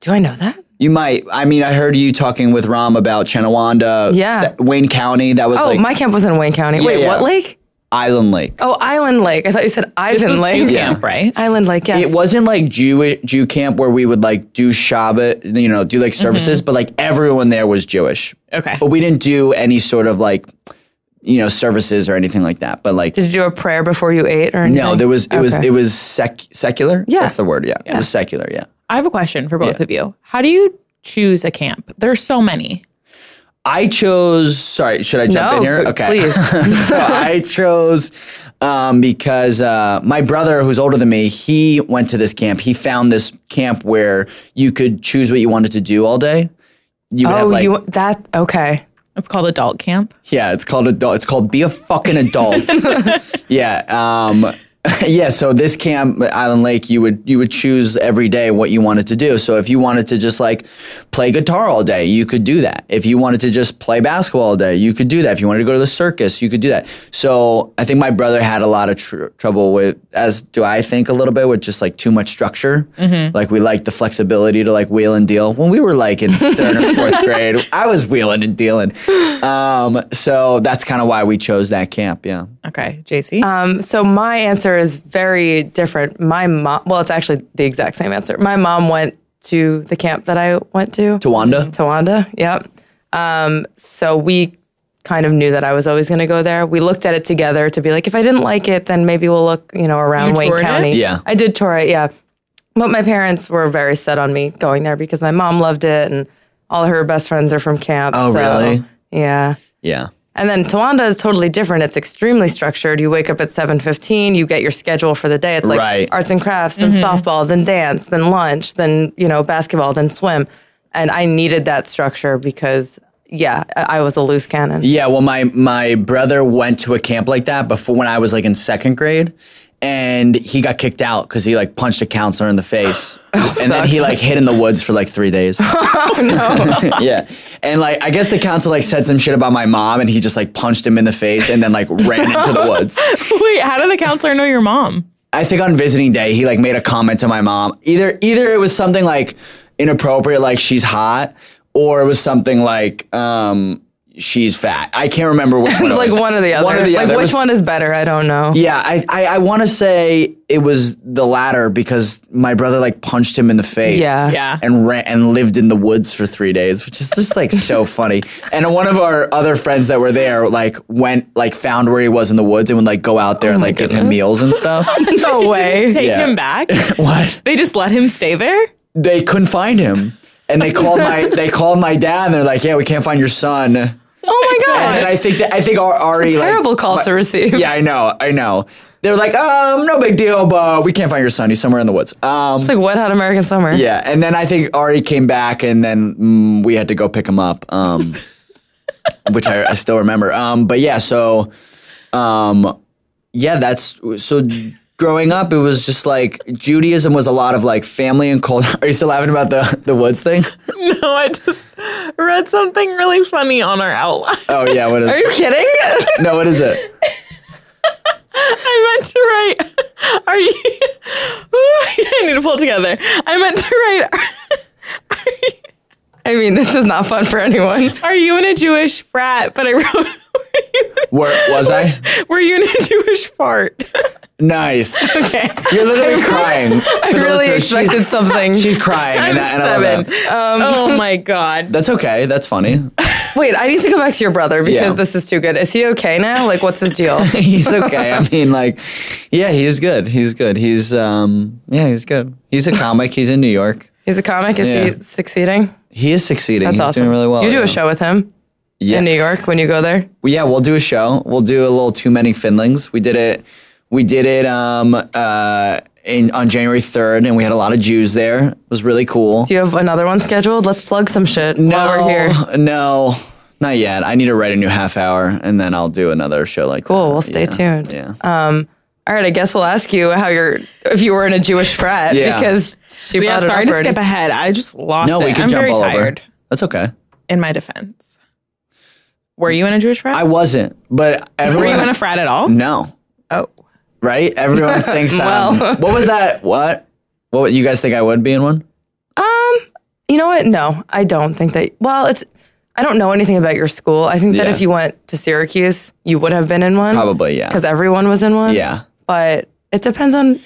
Speaker 1: Do I know that?
Speaker 4: You might. I mean, I heard you talking with Ram about Chenawanda,
Speaker 1: Yeah.
Speaker 4: th- Wayne County. That was
Speaker 1: Oh,
Speaker 4: like
Speaker 1: my camp was in Wayne County. Wait,
Speaker 4: yeah.
Speaker 1: what lake?
Speaker 4: Island Lake.
Speaker 1: Oh, Island Lake. I thought you said Island Lake.
Speaker 4: Yeah.
Speaker 2: Camp, right?
Speaker 1: Island Lake, Oh, yes.
Speaker 4: It wasn't like Jew Jew camp where we would like do Shabbat, you know, do like services,
Speaker 1: Mm-hmm.
Speaker 4: but like everyone there was Jewish.
Speaker 2: Okay.
Speaker 4: But we didn't do any sort of like, you know, services or anything like that. But like,
Speaker 1: Did you do a prayer before you ate or anything?
Speaker 4: no, there was it was
Speaker 1: Okay.
Speaker 4: it was sec- secular.
Speaker 1: Yeah.
Speaker 4: that's the word. Yeah. it was secular. Yeah.
Speaker 2: I have a question for both of you. How do you choose a camp? There's so many.
Speaker 4: I chose. Sorry, should I jump
Speaker 1: No,
Speaker 4: in here?
Speaker 1: p- please.
Speaker 4: so I chose um, because uh, my brother, who's older than me, he went to this camp. He found this camp where you could choose what you wanted to do all day. You would
Speaker 1: Oh,
Speaker 4: have like,
Speaker 1: you that okay.
Speaker 2: It's called adult camp.
Speaker 4: yeah, it's called adult. It's called be a fucking adult. yeah, um, yeah. So this camp, Island Lake, you would you would choose every day what you wanted to do. So if you wanted to just like play guitar all day, you could do that. If you wanted to just play basketball all day, you could do that. If you wanted to go to the circus, you could do that. So I think my brother had a lot of tr- trouble with, as do I think a little bit with just like too much structure. Like we liked the flexibility to like wheel and deal. When we were like in third or fourth grade, I was wheeling and dealing. Um, so that's kind of why we chose that camp. Yeah.
Speaker 2: Okay, JC.
Speaker 1: Um, so my answer is very different. My mom well, it's actually the exact same answer. My mom went to the camp that I went to.
Speaker 4: Tawanda.
Speaker 1: Tawanda, yep. Um, so we kind of knew that I was always going to go there. We looked at it together to be like, if I didn't like it, then maybe we'll look, you know, around Wayne
Speaker 2: toured it?
Speaker 1: County.
Speaker 4: Yeah.
Speaker 1: I did tour it, yeah. But my parents were very set on me going there because my mom loved it and all her best friends are from camp.
Speaker 4: Oh,
Speaker 1: so,
Speaker 4: really?
Speaker 1: Yeah.
Speaker 4: Yeah.
Speaker 1: And then Tawanda is totally different. It's extremely structured. You wake up at 7:15, you get your schedule for the day. It's like
Speaker 4: Right.
Speaker 1: arts and crafts, then softball, then dance, then lunch, then, you know, basketball, then swim. And I needed that structure because yeah, I I was a loose cannon.
Speaker 4: Yeah, well, my my brother went to a camp like that before when I was like in second grade, and he got kicked out because he like punched a counselor in the face, and then he like hid in the woods for like three days. yeah, and like I guess the counselor like said some shit about my mom, and he just like punched him in the face, and then like ran into the woods.
Speaker 2: Wait, how did the counselor know your mom?
Speaker 4: I think on visiting day he like made a comment to my mom. Either either it was something like inappropriate, like she's hot, or it was something like um she's fat. I can't remember which one.
Speaker 1: It's like
Speaker 4: was.
Speaker 1: one or the other.
Speaker 4: One or the
Speaker 1: like
Speaker 4: other. It
Speaker 1: which
Speaker 4: was-
Speaker 1: one is better? I don't know.
Speaker 4: Yeah, I I, I want to say it was the latter because my brother like punched him in the face.
Speaker 1: Yeah.
Speaker 2: Yeah.
Speaker 4: and ran, and lived in the woods for three days, which is just like so funny. And one of our other friends that were there like went like found where he was in the woods and would like go out there
Speaker 1: Oh
Speaker 4: and like give him meals and stuff.
Speaker 1: No way.
Speaker 2: Take
Speaker 4: Yeah.
Speaker 2: him back.
Speaker 4: what?
Speaker 2: They just let him stay there.
Speaker 4: They couldn't find him, and they called my they called my dad and they're like, yeah, we can't find your
Speaker 1: Oh
Speaker 4: son.
Speaker 1: my
Speaker 4: And then
Speaker 1: god.
Speaker 4: I think that I think Ar- Ari like,
Speaker 1: Terrible call to receive.
Speaker 4: Yeah, I know, I know. They were like, um, no big deal, but we can't find your son. He's somewhere in the woods. Um,
Speaker 1: It's like what hot American summer.
Speaker 4: yeah, and then I think Ari came back, and then mm, we had to go pick him up, um, which I, I still remember. Um, but yeah, so um, yeah, that's so. Growing up, it was just like Judaism was a lot of like family and culture. Are you still laughing about the the woods thing?
Speaker 2: No, I just read something really funny on our outline.
Speaker 4: Oh yeah, what is?
Speaker 1: Are you kidding?
Speaker 4: no, what is it?
Speaker 2: I meant to write. Are you? I need to pull it together. I meant to write. Are you,
Speaker 1: I mean, this is not fun for anyone.
Speaker 2: are you in a Jewish frat? But I wrote.
Speaker 4: Where was I?
Speaker 2: Were you in a Jewish fart?
Speaker 4: Nice.
Speaker 1: Okay.
Speaker 4: You're literally crying. I
Speaker 1: really expected something.
Speaker 4: She's crying, and, I- and I love
Speaker 2: Seven.
Speaker 4: that.
Speaker 1: Um,
Speaker 2: oh my god.
Speaker 4: That's okay. That's funny.
Speaker 1: Wait, I need to go back to your brother because
Speaker 4: Yeah.
Speaker 1: this is too good. Is he okay now? Like, what's his deal?
Speaker 4: he's okay. I mean, like, yeah, he's good. He's good. He's um, yeah, he's good. He's a comic. he's in New York.
Speaker 1: He's a comic. Is
Speaker 4: Yeah.
Speaker 1: he succeeding?
Speaker 4: He is succeeding.
Speaker 1: That's
Speaker 4: he's
Speaker 1: awesome.
Speaker 4: doing really well.
Speaker 1: You do
Speaker 4: right
Speaker 1: a
Speaker 4: now.
Speaker 1: show with him
Speaker 4: Yeah.
Speaker 1: in New York when you go there.
Speaker 4: Well, yeah, we'll do a show. We'll do a little too many Finlings. We did it. We did it um uh in on January third, and we had a lot of Jews there. It was really cool.
Speaker 1: Do you have another one scheduled? Let's plug some shit while we're here.
Speaker 4: Oh, no, not yet. I need to write a new half hour, and then I'll do another show like.
Speaker 1: Cool.
Speaker 4: that.
Speaker 1: We'll stay
Speaker 4: Yeah,
Speaker 1: tuned.
Speaker 4: Yeah.
Speaker 1: Um, all right. I guess we'll ask you how you're if you were in a Jewish frat
Speaker 4: Yeah.
Speaker 1: because she
Speaker 2: Yeah,
Speaker 1: brought it
Speaker 2: sorry
Speaker 1: up
Speaker 2: to
Speaker 1: already.
Speaker 2: skip ahead. I just lost
Speaker 4: no,
Speaker 2: it.
Speaker 4: we can
Speaker 2: I'm
Speaker 4: jump
Speaker 2: very
Speaker 4: all
Speaker 2: tired.
Speaker 4: over. That's okay.
Speaker 2: In my defense, were you in a Jewish frat?
Speaker 4: I Mm. wasn't, but
Speaker 2: were
Speaker 4: everyone.
Speaker 2: you in a frat at all?
Speaker 4: no,
Speaker 2: Oh,
Speaker 4: right? Everyone thinks. Um,
Speaker 1: Well.
Speaker 4: what was that? What? What would- you guys think I would be in one?
Speaker 1: Um, you know what? No, I don't think that. Well, it's I don't know anything about your school. I think that
Speaker 4: Yeah.
Speaker 1: if you went to Syracuse, you would have been in one.
Speaker 4: Probably, yeah.
Speaker 1: because everyone was in one.
Speaker 4: Yeah.
Speaker 1: but it depends on.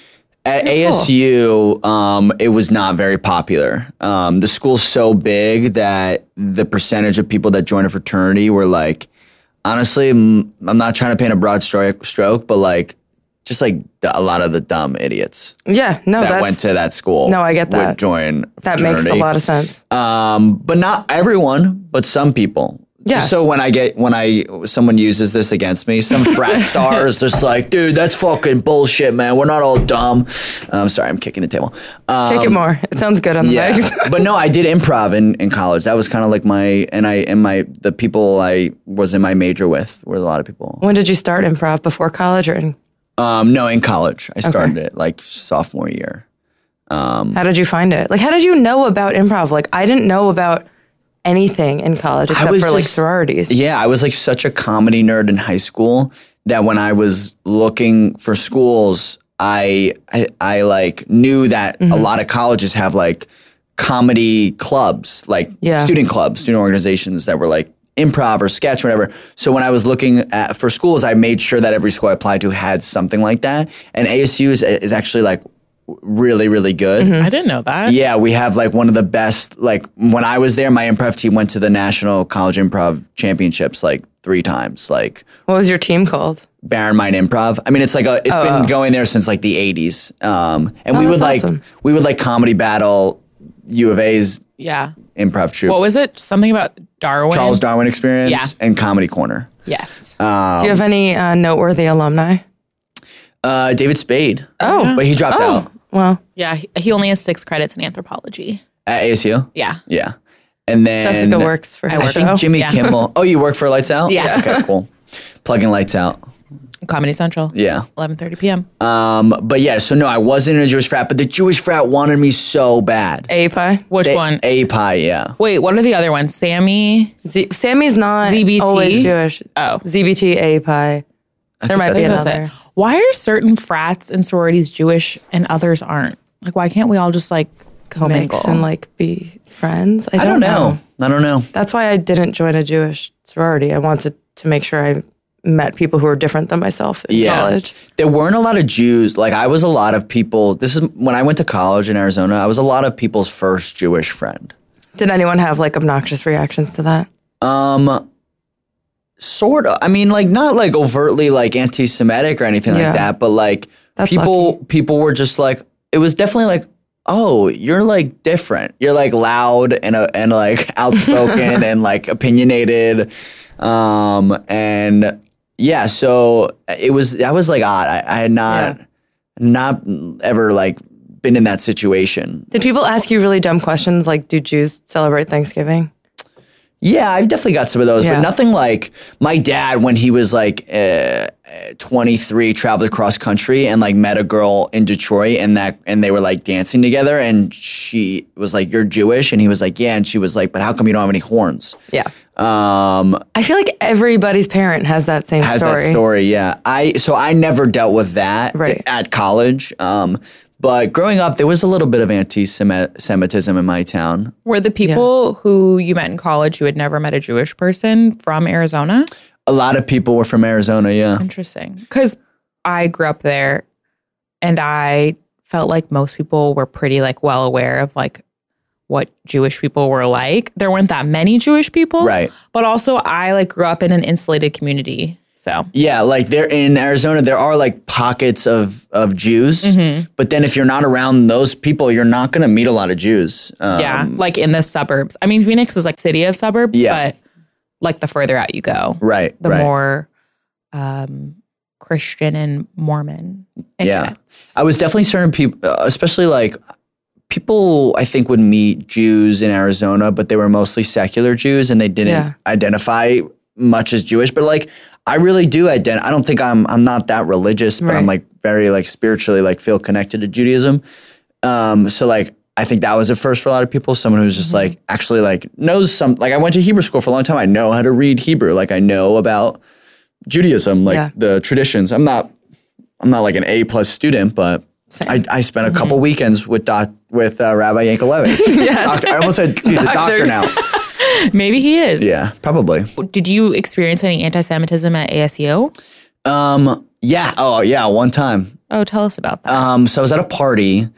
Speaker 4: At ASU, um, it was not very popular. Um, the school's so big that the percentage of people that join a fraternity were like, honestly, mm, I'm not trying to paint a broad stroke, stroke but like, just like the, a lot of the dumb idiots
Speaker 1: Yeah, no,
Speaker 4: that
Speaker 1: Oh, that's,
Speaker 4: went to that school.
Speaker 1: No, I get that.
Speaker 4: Would join. a
Speaker 1: that makes a
Speaker 4: fraternity.
Speaker 1: lot of sense.
Speaker 4: um, but not everyone, but some people.
Speaker 1: Yeah.
Speaker 4: So when I get when I someone uses this against me, some frat star is just like, dude, that's fucking bullshit, man. We're not all dumb. I'm sorry, I'm kicking the table. Um,
Speaker 1: Take it more. It sounds good on the legs.
Speaker 4: but no, I did improv in, in college. That was kind of like my and I and my the people I was in my major with were a lot of people.
Speaker 1: when did you start improv? Before college or in,
Speaker 4: Um, no, in college I started it like sophomore year.
Speaker 1: how did you find it? Like, how did you know about improv? Like, I didn't know about anything in college except
Speaker 4: was
Speaker 1: for like
Speaker 4: just-
Speaker 1: sororities.
Speaker 4: Yeah, I was like such a comedy nerd in high school that when I was looking for schools, I I, I like knew that a lot of colleges have like comedy clubs, like
Speaker 1: Yeah.
Speaker 4: student clubs, student organizations that were like improv or sketch, whatever. So when I was looking at for schools, I made sure that every school I applied to had something like that. And ASU is is actually like really really good.
Speaker 2: I didn't know that.
Speaker 4: Yeah, we have like one of the best. Like when I was there, my improv team went to the national college improv championships like three times. Like
Speaker 1: What was your team called?
Speaker 4: Baron Mind Improv. I mean, it's like a, it's
Speaker 1: Oh.
Speaker 4: been going there since like the '80s. Um, and we
Speaker 1: that's
Speaker 4: would like
Speaker 1: awesome.
Speaker 4: we would like comedy battle U of A's
Speaker 2: Yeah.
Speaker 4: improv troupe,
Speaker 2: What was it? Something about Darwin.
Speaker 4: Charles Darwin Experience,
Speaker 2: Yeah.
Speaker 4: and Comedy Corner.
Speaker 2: Yes.
Speaker 4: Um,
Speaker 1: Do you have any uh, noteworthy alumni?
Speaker 4: Uh, David Spade.
Speaker 1: Oh.
Speaker 4: but he dropped out
Speaker 1: Well,
Speaker 2: yeah. He, he only has six credits in anthropology.
Speaker 4: at ASU.
Speaker 2: Yeah.
Speaker 4: Yeah, and then
Speaker 1: Jessica works for her
Speaker 4: I
Speaker 1: show.
Speaker 4: think Jimmy
Speaker 2: Yeah.
Speaker 4: Kimmel. Oh, you work for Lights Out?
Speaker 2: Yeah.
Speaker 4: Okay, cool. Plugging Lights Out.
Speaker 2: Comedy Central.
Speaker 4: Yeah.
Speaker 2: 11:30 p.m.
Speaker 4: Um, but yeah, so no, I wasn't in a Jewish frat, but the Jewish frat wanted me so bad.
Speaker 1: A pie.
Speaker 2: Which
Speaker 4: They-
Speaker 2: one?
Speaker 4: A pie, yeah.
Speaker 2: Wait, what are the other ones? Sammy.
Speaker 1: Z- Sammy's not
Speaker 2: ZBT?
Speaker 1: always Jewish.
Speaker 2: Oh.
Speaker 1: ZBT A pie. There might be
Speaker 2: That's
Speaker 1: another.
Speaker 2: it. Why are certain frats and sororities Jewish and others aren't? Like, why can't we all just like
Speaker 1: mix
Speaker 2: commingle.
Speaker 1: and like be friends?
Speaker 4: I don't know. I don't know.
Speaker 1: That's why I didn't join a Jewish sorority. I wanted to make sure I met people who were different than myself in
Speaker 4: Yeah.
Speaker 1: college.
Speaker 4: There weren't a lot of Jews. Like I was a lot of people. This is when I went to college in Arizona. I was a lot of people's first Jewish friend.
Speaker 1: Did anyone have like obnoxious reactions to that?
Speaker 4: Um, sort of. I mean, like not like overtly like anti-Semitic or anything
Speaker 1: Yeah.
Speaker 4: like that, but like
Speaker 1: That's
Speaker 4: people people were just like it was definitely like oh you're like different. You're like loud and uh, and like outspoken and like opinionated. Um and yeah, so it was that was like odd. I, I had not not ever like been in that situation
Speaker 1: Did people ask you really dumb questions like, do Jews celebrate Thanksgiving?
Speaker 4: Yeah, I've definitely got some of those,
Speaker 1: Yeah.
Speaker 4: but nothing like my dad when he was like uh, uh, 23 traveled across country and like met a girl in Detroit and that and they were like dancing together and she was like you're Jewish and he was like yeah and she was like but how come you don't have any horns?
Speaker 1: Yeah.
Speaker 4: Um
Speaker 1: I feel like everybody's parent has that same
Speaker 4: has
Speaker 1: story.
Speaker 4: that story. Yeah, I so I never dealt with that
Speaker 1: Right.
Speaker 4: at college. Um, but growing up, there was a little bit of anti-Semitism in my town.
Speaker 2: Were the people who you met in college who had never met a Jewish person from Arizona?
Speaker 4: A lot of people were from Arizona. Yeah.
Speaker 2: Interesting. Because I grew up there and I felt like most people were pretty like well aware of like what Jewish people were like. There weren't that many Jewish people.
Speaker 4: Right.
Speaker 2: But also I like grew up in an insulated community. So
Speaker 4: Yeah, like there in Arizona, there are like pockets of of Jews,
Speaker 2: Mm-hmm.
Speaker 4: but then if you're not around those people, you're not going to meet a lot of Jews. Um,
Speaker 2: yeah, like in the suburbs. I mean Phoenix is like city of suburbs,
Speaker 4: Yeah.
Speaker 2: but like the further out you go,
Speaker 4: right,
Speaker 2: the
Speaker 4: right.
Speaker 2: more um Christian and Mormon it
Speaker 4: Yeah.
Speaker 2: gets.
Speaker 4: I was definitely certain people, especially like people. I think would meet Jews in Arizona, but they were mostly secular Jews, and they didn't
Speaker 1: Yeah.
Speaker 4: identify much as Jewish. But like, I really do identify. I don't think I'm I'm not that religious, but I'm
Speaker 1: Right.
Speaker 4: like very like spiritually like feel connected to Judaism. Um, so like I think that was a first for a lot of people. Someone who's
Speaker 1: Mm-hmm.
Speaker 4: just like actually like knows some. Like I went to Hebrew school for a long time. I know how to read Hebrew. Like I know about Judaism, like
Speaker 1: Yeah.
Speaker 4: the traditions. I'm not I'm not like an A plus student, but. I, I spent a
Speaker 1: Mm-hmm.
Speaker 4: couple weekends with doc, with uh, Rabbi Yankelevich. Doc- I almost said he's a
Speaker 1: Doctor.
Speaker 4: doctor now.
Speaker 2: Maybe he is.
Speaker 4: Yeah, probably.
Speaker 2: Did you experience any anti-Semitism at ASU?
Speaker 4: Um, yeah. Oh, yeah. One time,
Speaker 2: Oh, tell us about that.
Speaker 4: Um, so I was at a party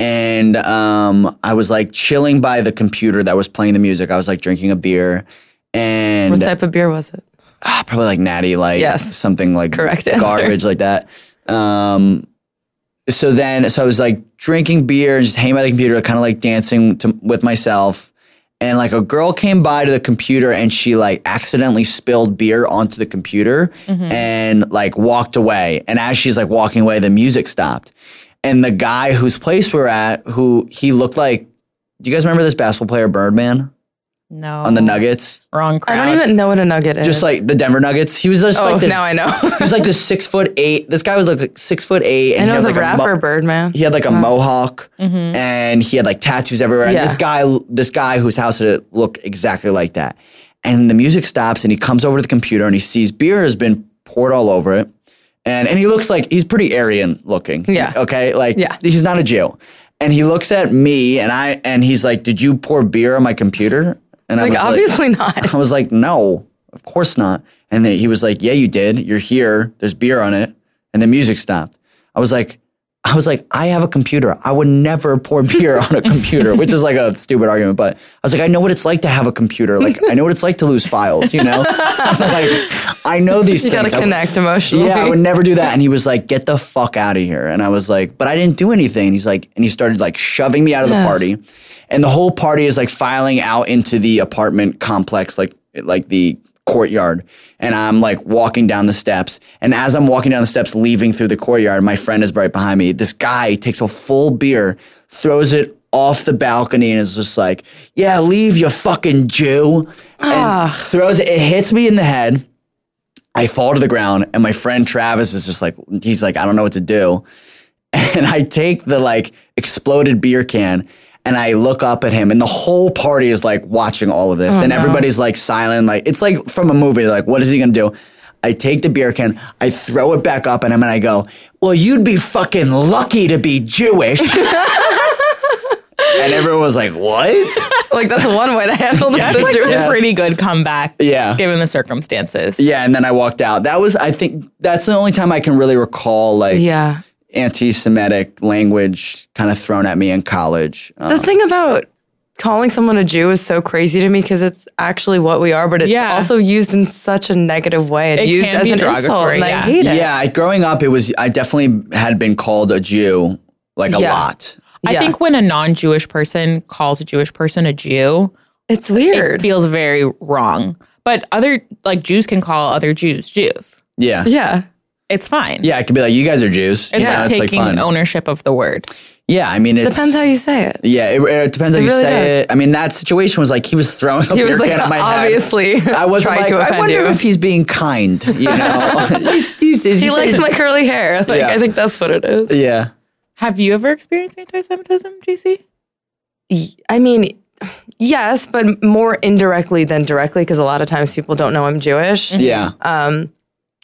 Speaker 4: and um, I was like chilling by the computer that was playing the music. I was like drinking a beer and
Speaker 1: What type of beer was it?
Speaker 4: ah, probably like natty, like
Speaker 1: Yes.
Speaker 4: something like
Speaker 1: Correct answer.
Speaker 4: garbage like that. Um, so then, so I was like drinking beer and just hanging by the computer, kind of like dancing to, with myself. And like a girl came by to the computer and she like accidentally spilled beer onto the computer
Speaker 1: Mm-hmm.
Speaker 4: and like walked away. And as she's like walking away, the music stopped. And the guy whose place we're at, who he looked like, do you guys remember this basketball player Birdman
Speaker 2: no.
Speaker 4: on the
Speaker 1: Oh.
Speaker 4: Nuggets?
Speaker 2: Wrong
Speaker 1: I
Speaker 2: crowd.
Speaker 1: don't even know what a nugget is.
Speaker 4: Uh, Just like the Denver Nuggets. He was just
Speaker 1: oh,
Speaker 4: like this
Speaker 1: now I know.
Speaker 4: he was like this six foot eight. This guy was like six foot eight,
Speaker 1: I
Speaker 4: and he
Speaker 1: know
Speaker 4: had
Speaker 1: the
Speaker 4: like a mo-
Speaker 1: rapper Birdman.
Speaker 4: he had like a mohawk, and he had like tattoos everywhere.
Speaker 1: Yeah.
Speaker 4: And this guy, this guy whose house it looked exactly like that. And the music stops, and he comes over to the computer, and he sees beer has been poured all over it, and and he looks like he's pretty Aryan looking.
Speaker 1: Yeah.
Speaker 4: Okay. Like.
Speaker 1: Yeah.
Speaker 4: He's not a Jew, and he looks at me, and I, and he's like, "Did you pour beer on my computer?" And I
Speaker 1: Like,
Speaker 4: was
Speaker 1: obviously not.
Speaker 4: I was like, no, of course not. And then he was like, yeah, you did. You're here. There's beer on it. And the music stopped. I was like, I was like, I have a computer. I would never pour beer on a computer, which is like a stupid argument. But I was like, I know what it's like to have a computer. Like, I know what it's like to lose files, you know? like, I know these
Speaker 1: You gotta
Speaker 4: things. I-
Speaker 1: connect emotionally.
Speaker 4: yeah, I would never do that. And he was like, get the fuck out of here. And I was like, but I didn't do anything. And he's like, and he started like shoving me out of the party. And the whole party is like filing out into the apartment complex, like, like the courtyard. And I'm like walking down the steps. And as I'm walking down the steps, leaving through the courtyard, my friend is right behind me. This guy takes a full beer, throws it off the balcony and is just like, yeah, leave you fucking Jew. And throws it, it hits me in the head. I fall to the ground, and my friend Travis is just like, he's like, I don't know what to do. And I take the like exploded beer can and I look up at him, and the whole party is like watching all of this, and everybody's like silent. Like, it's like from a movie, like, what is he gonna do? I take the beer can, I throw it back up at him, and I go, Well, you'd be fucking lucky to be Jewish. and everyone was like, "What?"
Speaker 1: Like that's one way to handle the
Speaker 2: That's like
Speaker 1: situation.
Speaker 4: Yes.
Speaker 2: a pretty good comeback,
Speaker 4: Yeah.
Speaker 2: given the circumstances.
Speaker 4: Yeah, and then I walked out. That was, I think, that's the only time I can really recall like
Speaker 1: yeah.
Speaker 4: anti-Semitic language kind of thrown at me in college.
Speaker 1: The
Speaker 4: Um,
Speaker 1: thing about calling someone a Jew is so crazy to me because it's actually what we are, but it's
Speaker 2: Yeah.
Speaker 1: also used in such a negative way. It's
Speaker 2: It
Speaker 1: used
Speaker 2: can
Speaker 1: as
Speaker 2: be
Speaker 1: an insult,
Speaker 2: derogatory,
Speaker 1: and I
Speaker 2: yeah.
Speaker 1: hate it.
Speaker 4: yeah, I, growing up, it was I definitely had been called a Jew like a
Speaker 1: Yeah.
Speaker 4: lot.
Speaker 2: I
Speaker 1: Yeah.
Speaker 2: think when a non-Jewish person calls a Jewish person a Jew,
Speaker 1: It's weird.
Speaker 2: it feels very wrong. But other like Jews can call other Jews Jews.
Speaker 4: Yeah, yeah,
Speaker 1: yeah.
Speaker 2: It's fine.
Speaker 4: I could be like, "You guys are Jews."
Speaker 2: It's
Speaker 4: You know,
Speaker 2: like
Speaker 4: that's,
Speaker 2: taking
Speaker 4: fun.
Speaker 2: ownership of the word.
Speaker 4: Yeah, I mean, it
Speaker 1: Depends how you say it.
Speaker 4: Yeah, it, it depends how
Speaker 1: It
Speaker 4: you
Speaker 1: really
Speaker 4: say
Speaker 1: does.
Speaker 4: it. I mean, that situation was like he was throwing
Speaker 1: He
Speaker 4: a beer
Speaker 1: was like,
Speaker 4: can at my head.
Speaker 1: obviously.
Speaker 4: I wasn't
Speaker 1: trying
Speaker 4: like,
Speaker 1: to
Speaker 4: I
Speaker 1: offend
Speaker 4: wonder
Speaker 1: you.
Speaker 4: if he's being kind. You know, he's, he's, he's
Speaker 1: he likes my curly hair. Like
Speaker 4: Yeah.
Speaker 1: I think that's what it is.
Speaker 4: Yeah,
Speaker 2: Have you ever experienced anti-Semitism, JC?
Speaker 1: Y- I mean, yes, but more indirectly than directly because a lot of times people don't know I'm Jewish.
Speaker 4: yeah,
Speaker 1: Uh,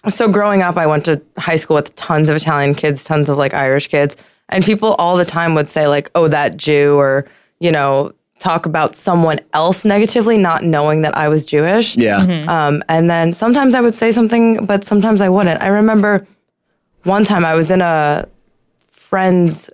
Speaker 1: So growing up, I went to high school with tons of Italian kids, tons of like Irish kids, and people all the time would say like, "Oh, that Jew," or you know, talk about someone else negatively, not knowing that I was Jewish.
Speaker 4: yeah.
Speaker 1: Um, and then sometimes I would say something, but sometimes I wouldn't. I remember one time I was in a friend's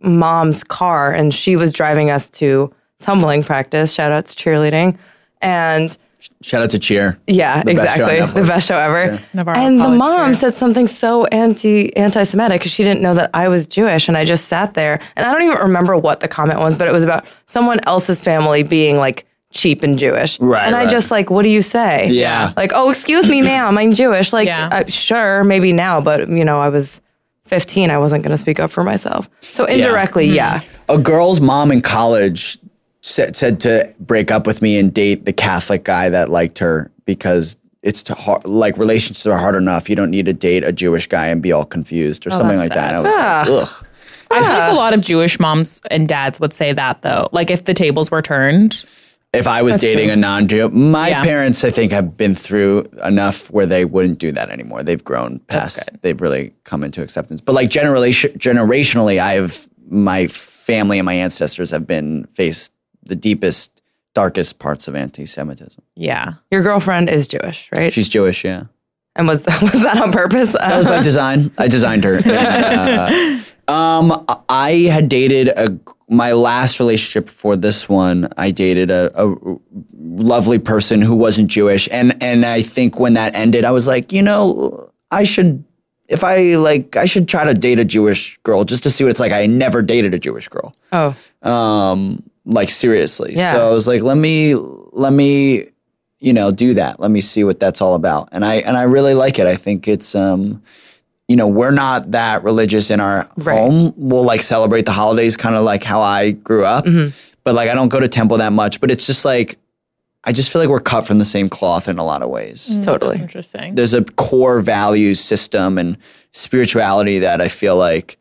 Speaker 1: mom's car and she was driving us to tumbling practice. Shout out to cheerleading. And
Speaker 4: Shout out to Cheer.
Speaker 1: yeah,
Speaker 4: The best show on
Speaker 1: exactly.
Speaker 4: Netflix.
Speaker 1: The best show ever.
Speaker 2: Navarro
Speaker 1: And the
Speaker 2: College
Speaker 1: mom
Speaker 2: cheer.
Speaker 1: said something so anti anti Semitic because she didn't know that I was Jewish, and I just sat there, and I don't even remember what the comment was, but it was about someone else's family being like cheap and Jewish,
Speaker 4: Right,
Speaker 1: And I
Speaker 4: right.
Speaker 1: just like, what do you say?
Speaker 4: Yeah.
Speaker 1: like, oh, excuse me, ma'am, I'm Jewish. Like,
Speaker 2: Yeah.
Speaker 1: uh, sure, maybe now, but you know, I was 15, I wasn't going to speak up for myself. So indirectly,
Speaker 2: Mm-hmm.
Speaker 1: yeah,
Speaker 4: A girl's mom in college said, said to break up with me and date the Catholic guy that liked her because it's to har like relationships are hard enough. You don't need to date a Jewish guy and be all confused or something like
Speaker 2: Oh, that's sad.
Speaker 4: that. And I was like, ugh.
Speaker 2: I think a lot of Jewish moms and dads would say that though. Like if the tables were turned.
Speaker 4: If I was dating a non-Jew, my
Speaker 2: Yeah.
Speaker 4: parents, I think, have been through enough where they wouldn't do that anymore. They've grown past. They've really come into acceptance. But like generation, generationally, I have my family and my ancestors have been faced the deepest, darkest parts of anti-Semitism.
Speaker 2: Yeah.
Speaker 1: your girlfriend is Jewish, right?
Speaker 4: She's Jewish, yeah.
Speaker 1: and was was that on purpose?
Speaker 4: That was by design. I designed her. And, uh, um, I had dated a my last relationship before this one. I dated a, a lovely person who wasn't Jewish, and and I think when that ended, I was like, you know, I should. If I like, I should try to date a Jewish girl just to see what it's like. I never dated a Jewish girl
Speaker 1: oh,
Speaker 4: um like seriously
Speaker 1: Yeah.
Speaker 4: so i was like let me let me you know do that let me see what that's all about and i and i really like it i think it's um you know we're not that religious in our
Speaker 1: Right.
Speaker 4: home we'll like celebrate the holidays kind of like how i grew up
Speaker 1: Mm-hmm.
Speaker 4: but like i don't go to temple that much but it's just like i just feel like we're cut from the same cloth in a lot of ways
Speaker 1: totally.
Speaker 2: That's interesting.
Speaker 4: there's a core value system and spirituality that I feel like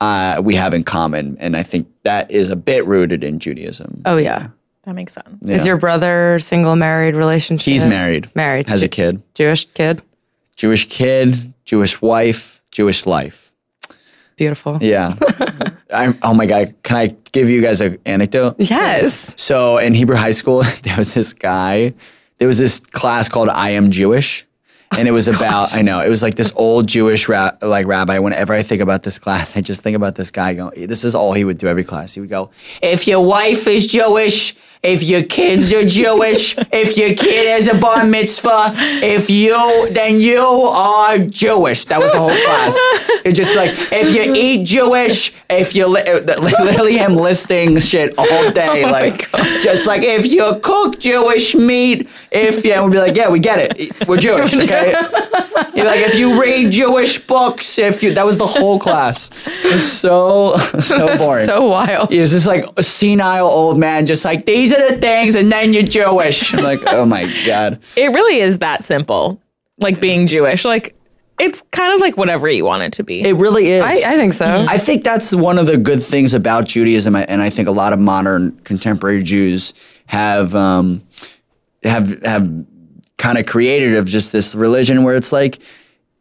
Speaker 4: uh, we have in common, and I think that is a bit rooted in Judaism.
Speaker 1: Oh yeah.
Speaker 2: That makes sense.
Speaker 1: Is your brother single, married, relationship?
Speaker 4: He's married,
Speaker 1: Married.
Speaker 4: has a kid,
Speaker 1: Jewish kid.
Speaker 4: Jewish kid, Jewish wife, Jewish life.
Speaker 1: Beautiful.
Speaker 4: Yeah. I'm, oh my god! Can I give you guys an anecdote?
Speaker 1: Yes.
Speaker 4: So in Hebrew high school, there was this guy. There was this class called "I Am Jewish," and it was about I know it was like this old Jewish ra- like rabbi. Whenever I think about this class, I just think about this guy going. This is all he would do every class. He would go, "If your wife is Jewish." If your kids are Jewish, if your kid has a bar mitzvah, if you, then you are Jewish. That was the whole class. It's just like, if you eat Jewish, if you li- literally am listing shit all day. like, just like, if you cook Jewish meat, if you, and we'd be like, yeah, we get it. We're Jewish, okay? You're like, if you read Jewish books, if you, that was the whole class. It was so, so boring.
Speaker 1: So wild.
Speaker 4: He was just like a senile old man, just like, these are the things, and then you're Jewish. I'm like, oh my God.
Speaker 2: It really is that simple. Like being Jewish. Like it's kind of like whatever you want it to be.
Speaker 4: It really is.
Speaker 1: I, I think so.
Speaker 4: I think that's one of the good things about Judaism, and I think a lot of modern contemporary Jews have um, have have kind of created of just this religion where it's like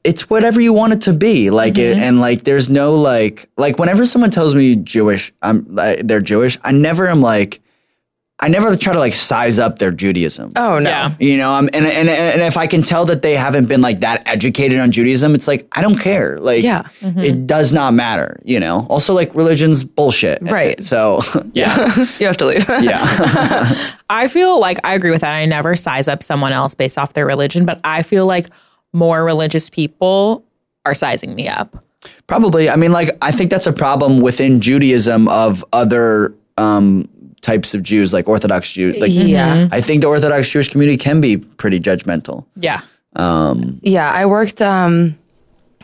Speaker 4: it's whatever you want it to be like
Speaker 1: Mm-hmm.
Speaker 4: it and like there's no like like whenever someone tells me jewish i'm I, they're jewish i never am like i never try to like size up their judaism
Speaker 1: Oh no.
Speaker 2: Yeah.
Speaker 4: you know i'm and, and and if i can tell that they haven't been like that educated on judaism it's like i don't care like
Speaker 1: Yeah. Mm-hmm.
Speaker 4: it does not matter you know also like religion's bullshit
Speaker 1: Right.
Speaker 4: so yeah
Speaker 1: you have to leave.
Speaker 4: yeah
Speaker 2: I feel like I agree with that. I never size up someone else based off their religion, but I feel like more religious people are sizing me up.
Speaker 4: Probably. I mean, like, I think that's a problem within Judaism of other um, types of Jews, like Orthodox Jews. Like,
Speaker 1: Yeah. Mm-hmm.
Speaker 4: I think the Orthodox Jewish community can be pretty judgmental.
Speaker 2: Yeah.
Speaker 1: Yeah, I worked um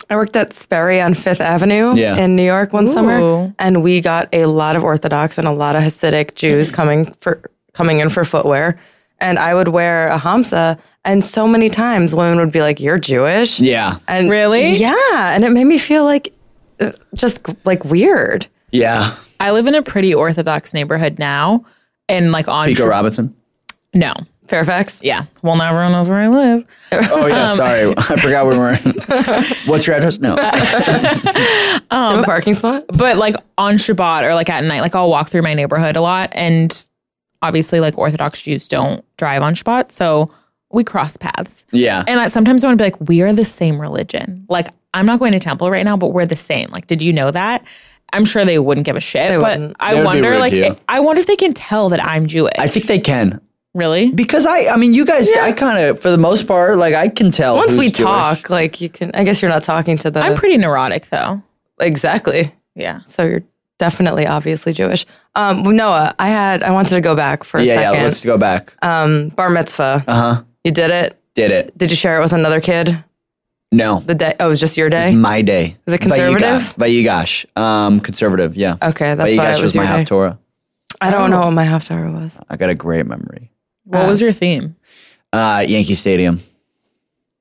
Speaker 1: I worked at Sperry on Fifth Avenue
Speaker 4: Yeah.
Speaker 1: in New York one
Speaker 2: Ooh.
Speaker 1: summer and we got a lot of Orthodox and a lot of Hasidic Jews coming for coming in for footwear. And I would wear a Hamsa and so many times women would be like, You're Jewish.
Speaker 4: Yeah.
Speaker 1: And
Speaker 2: Really?
Speaker 1: Yeah. And it made me feel like uh, just like weird.
Speaker 4: Yeah.
Speaker 2: I live in a pretty orthodox neighborhood now and like on
Speaker 4: Nico
Speaker 2: tr-
Speaker 4: Robinson.
Speaker 2: No.
Speaker 1: Fairfax.
Speaker 2: Yeah. Well, now everyone knows where I live.
Speaker 4: Oh, yeah. sorry. I forgot we were. What's your address? No.
Speaker 1: Um, a parking spot.
Speaker 2: but like on Shabbat or like at night, like I'll walk through my neighborhood a lot, and obviously like Orthodox Jews don't drive on Shabbat, so we cross paths.
Speaker 4: Yeah.
Speaker 2: And I, sometimes I want to be like, we are the same religion. Like I'm not going to temple right now, but we're the same. Like, did you know that? I'm sure they wouldn't give a shit, but
Speaker 1: wouldn't.
Speaker 4: That would
Speaker 2: I
Speaker 4: be
Speaker 2: wonder,
Speaker 4: weird
Speaker 2: like,
Speaker 4: to you.
Speaker 2: it- I wonder if they can tell that I'm Jewish.
Speaker 4: I think they can.
Speaker 2: really?
Speaker 4: Because I, I mean, you guys, I kind of, for the most part, like, I can tell.
Speaker 1: Once
Speaker 4: who's
Speaker 1: we
Speaker 4: Jewish.
Speaker 1: talk, like you can I guess you're not talking to the
Speaker 2: I'm pretty neurotic, though.
Speaker 1: exactly.
Speaker 2: Yeah.
Speaker 1: So you're definitely obviously Jewish. Um, Noah, I had I wanted to go back for a
Speaker 4: Yeah, yeah.
Speaker 1: second.
Speaker 4: Let's go back. Uh-huh.
Speaker 1: um, bar mitzvah. Uh huh. You did it.
Speaker 4: Did it.
Speaker 1: Did you share it with another kid?
Speaker 4: No.
Speaker 1: The day? Oh, it was just your day.
Speaker 4: It's my day.
Speaker 1: Is it conservative?
Speaker 4: Vayigash. Vayigash. Um, conservative, yeah.
Speaker 1: okay, that's why
Speaker 4: Vayigash
Speaker 1: it was,
Speaker 4: was
Speaker 1: your
Speaker 4: my half
Speaker 1: day.
Speaker 4: Torah.
Speaker 1: I don't know what my half hour was.
Speaker 4: I got a great memory.
Speaker 2: What was your theme?
Speaker 4: Uh, Yankee Stadium.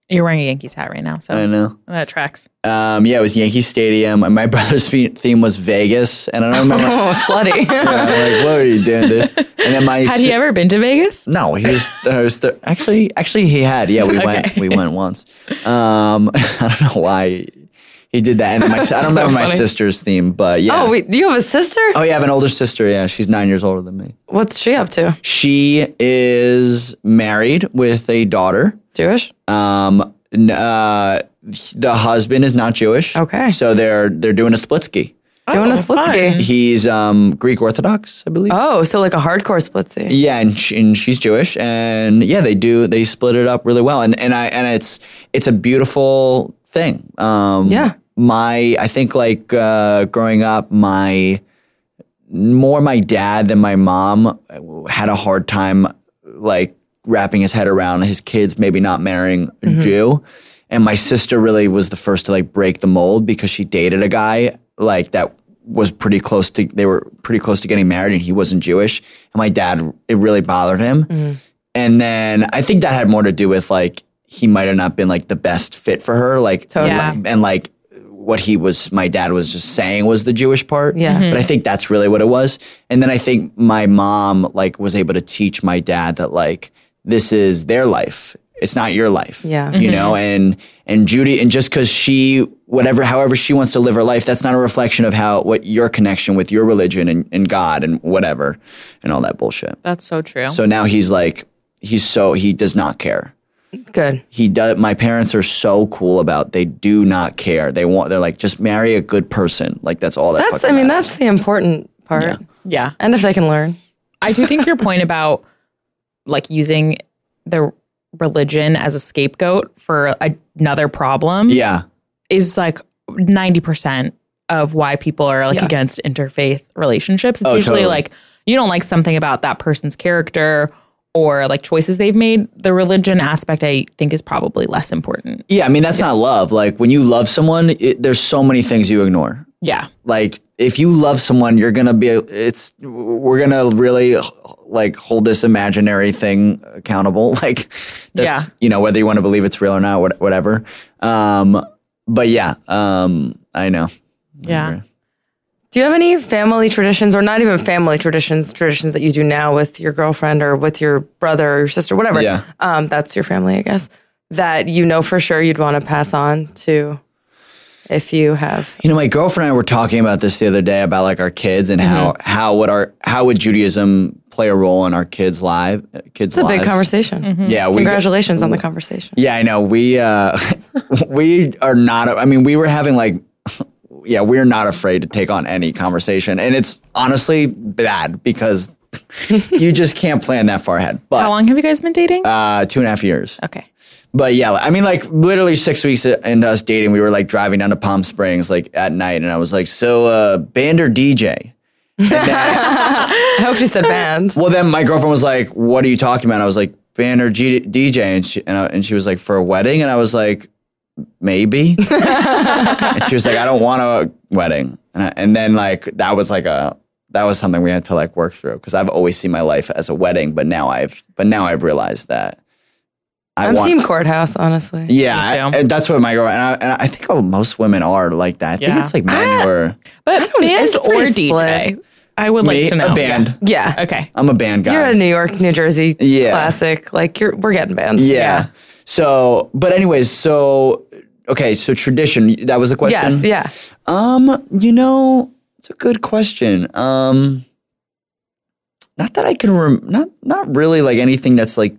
Speaker 2: You're wearing a Yankees hat right now,
Speaker 4: I
Speaker 2: so
Speaker 4: know.
Speaker 2: that tracks.
Speaker 4: Um, yeah, it was Yankee Stadium. And my brother's fe- theme was Vegas, and I don't remember.
Speaker 1: Oh, slutty.
Speaker 4: I'm like, what are you doing, dude? And then my
Speaker 2: Had he
Speaker 4: si-
Speaker 2: ever been to Vegas?
Speaker 4: No, he was. I was th- actually, actually, he had. Yeah, we went. We went once. Um, I don't know why he did that. And then my, si- I don't remember my
Speaker 1: funny.
Speaker 4: sister's theme, but yeah.
Speaker 1: Oh, wait, you have a sister?
Speaker 4: oh, yeah, I have an older sister. Yeah, she's nine years older than me.
Speaker 1: What's she up to?
Speaker 4: She is married with a daughter.
Speaker 1: Jewish?
Speaker 4: Um, n- uh, the husband is not Jewish.
Speaker 1: Okay. Mm-hmm.
Speaker 4: So they're they're doing a split ski.
Speaker 1: Doing a
Speaker 2: Oh,
Speaker 1: split
Speaker 2: fun.
Speaker 1: ski.
Speaker 4: He's um, Greek Orthodox, I believe.
Speaker 1: Oh, so like a hardcore split ski.
Speaker 4: Yeah, and, sh and she's Jewish, and yeah, they do they split it up really well, and and I and it's it's a beautiful thing. Um,
Speaker 1: Yeah.
Speaker 4: my I think like uh, growing up, my more my dad than my mom uh, had a hard time like wrapping his head around his kids maybe not marrying a
Speaker 1: Mm-hmm.
Speaker 4: Jew. And my sister really was the first to like break the mold because she dated a guy like that was pretty close to they were pretty close to getting married and he wasn't Jewish. And my dad it really bothered him.
Speaker 1: Mm-hmm.
Speaker 4: And then I think that had more to do with like he might have not been like the best fit for her. Like
Speaker 1: Totally.
Speaker 2: Yeah.
Speaker 4: and like what he was my dad was just saying was the Jewish part.
Speaker 1: Yeah. Mhm.
Speaker 4: But I think that's really what it was. And then I think my mom like was able to teach my dad that like this is their life. It's not your life.
Speaker 1: Yeah.
Speaker 4: You know, and and Judy and just cuz she whatever however she wants to live her life, that's not a reflection of how what your connection with your religion and, and God and whatever and all that bullshit.
Speaker 2: That's so true.
Speaker 4: So now he's like he's so he does not care
Speaker 1: Good.
Speaker 4: he does my parents are so cool about they do not care they want they're like just marry a good person like that's all that
Speaker 1: That's, I
Speaker 4: fucking
Speaker 1: mean,
Speaker 4: matters.
Speaker 1: that's the important part.
Speaker 2: yeah.
Speaker 1: And if they can learn.
Speaker 2: I do think your point about like using the religion as a scapegoat for a- another problem
Speaker 4: yeah
Speaker 2: is like 90% of why people are like against interfaith relationships. It's
Speaker 4: Oh,
Speaker 2: usually
Speaker 4: totally.
Speaker 2: like you don't like something about that person's character or like choices they've made. The religion aspect I think is probably less important.
Speaker 4: yeah i mean that's not love like when you love someone it, there's so many things you ignore
Speaker 2: Yeah.
Speaker 4: like if you love someone you're gonna be it's we're gonna really like hold this imaginary thing accountable like that's
Speaker 2: Yeah.
Speaker 4: you know whether you want to believe it's real or not what- whatever um but yeah um i know
Speaker 2: Yeah.
Speaker 1: Do you have any family traditions, or not even family traditions, traditions that you do now with your girlfriend or with your brother or your sister, whatever?
Speaker 4: Yeah.
Speaker 1: Um, that's your family, I guess. that you know for sure you'd want to pass on to if you have
Speaker 4: You know, my girlfriend and I were talking about this the other day about like our kids and how
Speaker 1: Mm-hmm.
Speaker 4: how would our how would Judaism play a role in our kids' live uh, kids'
Speaker 1: it's a
Speaker 4: lives?
Speaker 1: big mm-hmm. conversation.
Speaker 4: Yeah, we
Speaker 1: Congratulations on the conversation.
Speaker 4: Yeah, I know. We uh we are not I mean, we were having like yeah, we're not afraid to take on any conversation. And it's honestly bad because you just can't plan that far ahead.
Speaker 2: How
Speaker 4: But
Speaker 2: long have you guys been dating?
Speaker 4: uh two and a half years.
Speaker 2: okay.
Speaker 4: But yeah, I mean, like literally six weeks into us dating, we were like driving down to Palm Springs like at night, and I was like, "So, uh, band or DJ?"
Speaker 1: I hope she said band.
Speaker 4: Well, then my girlfriend was like, "What are you talking about?" I was like, "Band or G- DJ?" And she and, I, and she was like, "For a wedding," and I was like, "Maybe." and she was like, "I don't want a wedding," and I, and then like that was like a that was something we had to like work through because I've always seen my life as a wedding, but now I've but now I've realized that I
Speaker 1: I'm
Speaker 4: want
Speaker 1: team courthouse, honestly.
Speaker 4: Yeah,
Speaker 2: Me too.
Speaker 4: I- I- that's what my girl and I, and I think most women are like that. I
Speaker 2: Yeah.
Speaker 4: think it's like men
Speaker 1: Ah!
Speaker 4: who are
Speaker 2: But
Speaker 1: it's
Speaker 2: band or
Speaker 1: pretty
Speaker 2: DJ?
Speaker 1: split.
Speaker 2: I would
Speaker 4: me,
Speaker 2: like to know.
Speaker 4: a band.
Speaker 1: Yeah.
Speaker 2: Yeah. Okay.
Speaker 4: I'm a band guy.
Speaker 1: You're a New York, New Jersey
Speaker 4: Yeah.
Speaker 1: classic. Like you're we're getting bands.
Speaker 4: yeah. So, but anyways, so okay, so tradition. That was the
Speaker 1: Yes,
Speaker 4: question.
Speaker 1: yeah.
Speaker 4: Um, you know, it's a good question. Um, not that I can rem- not not really like anything that's like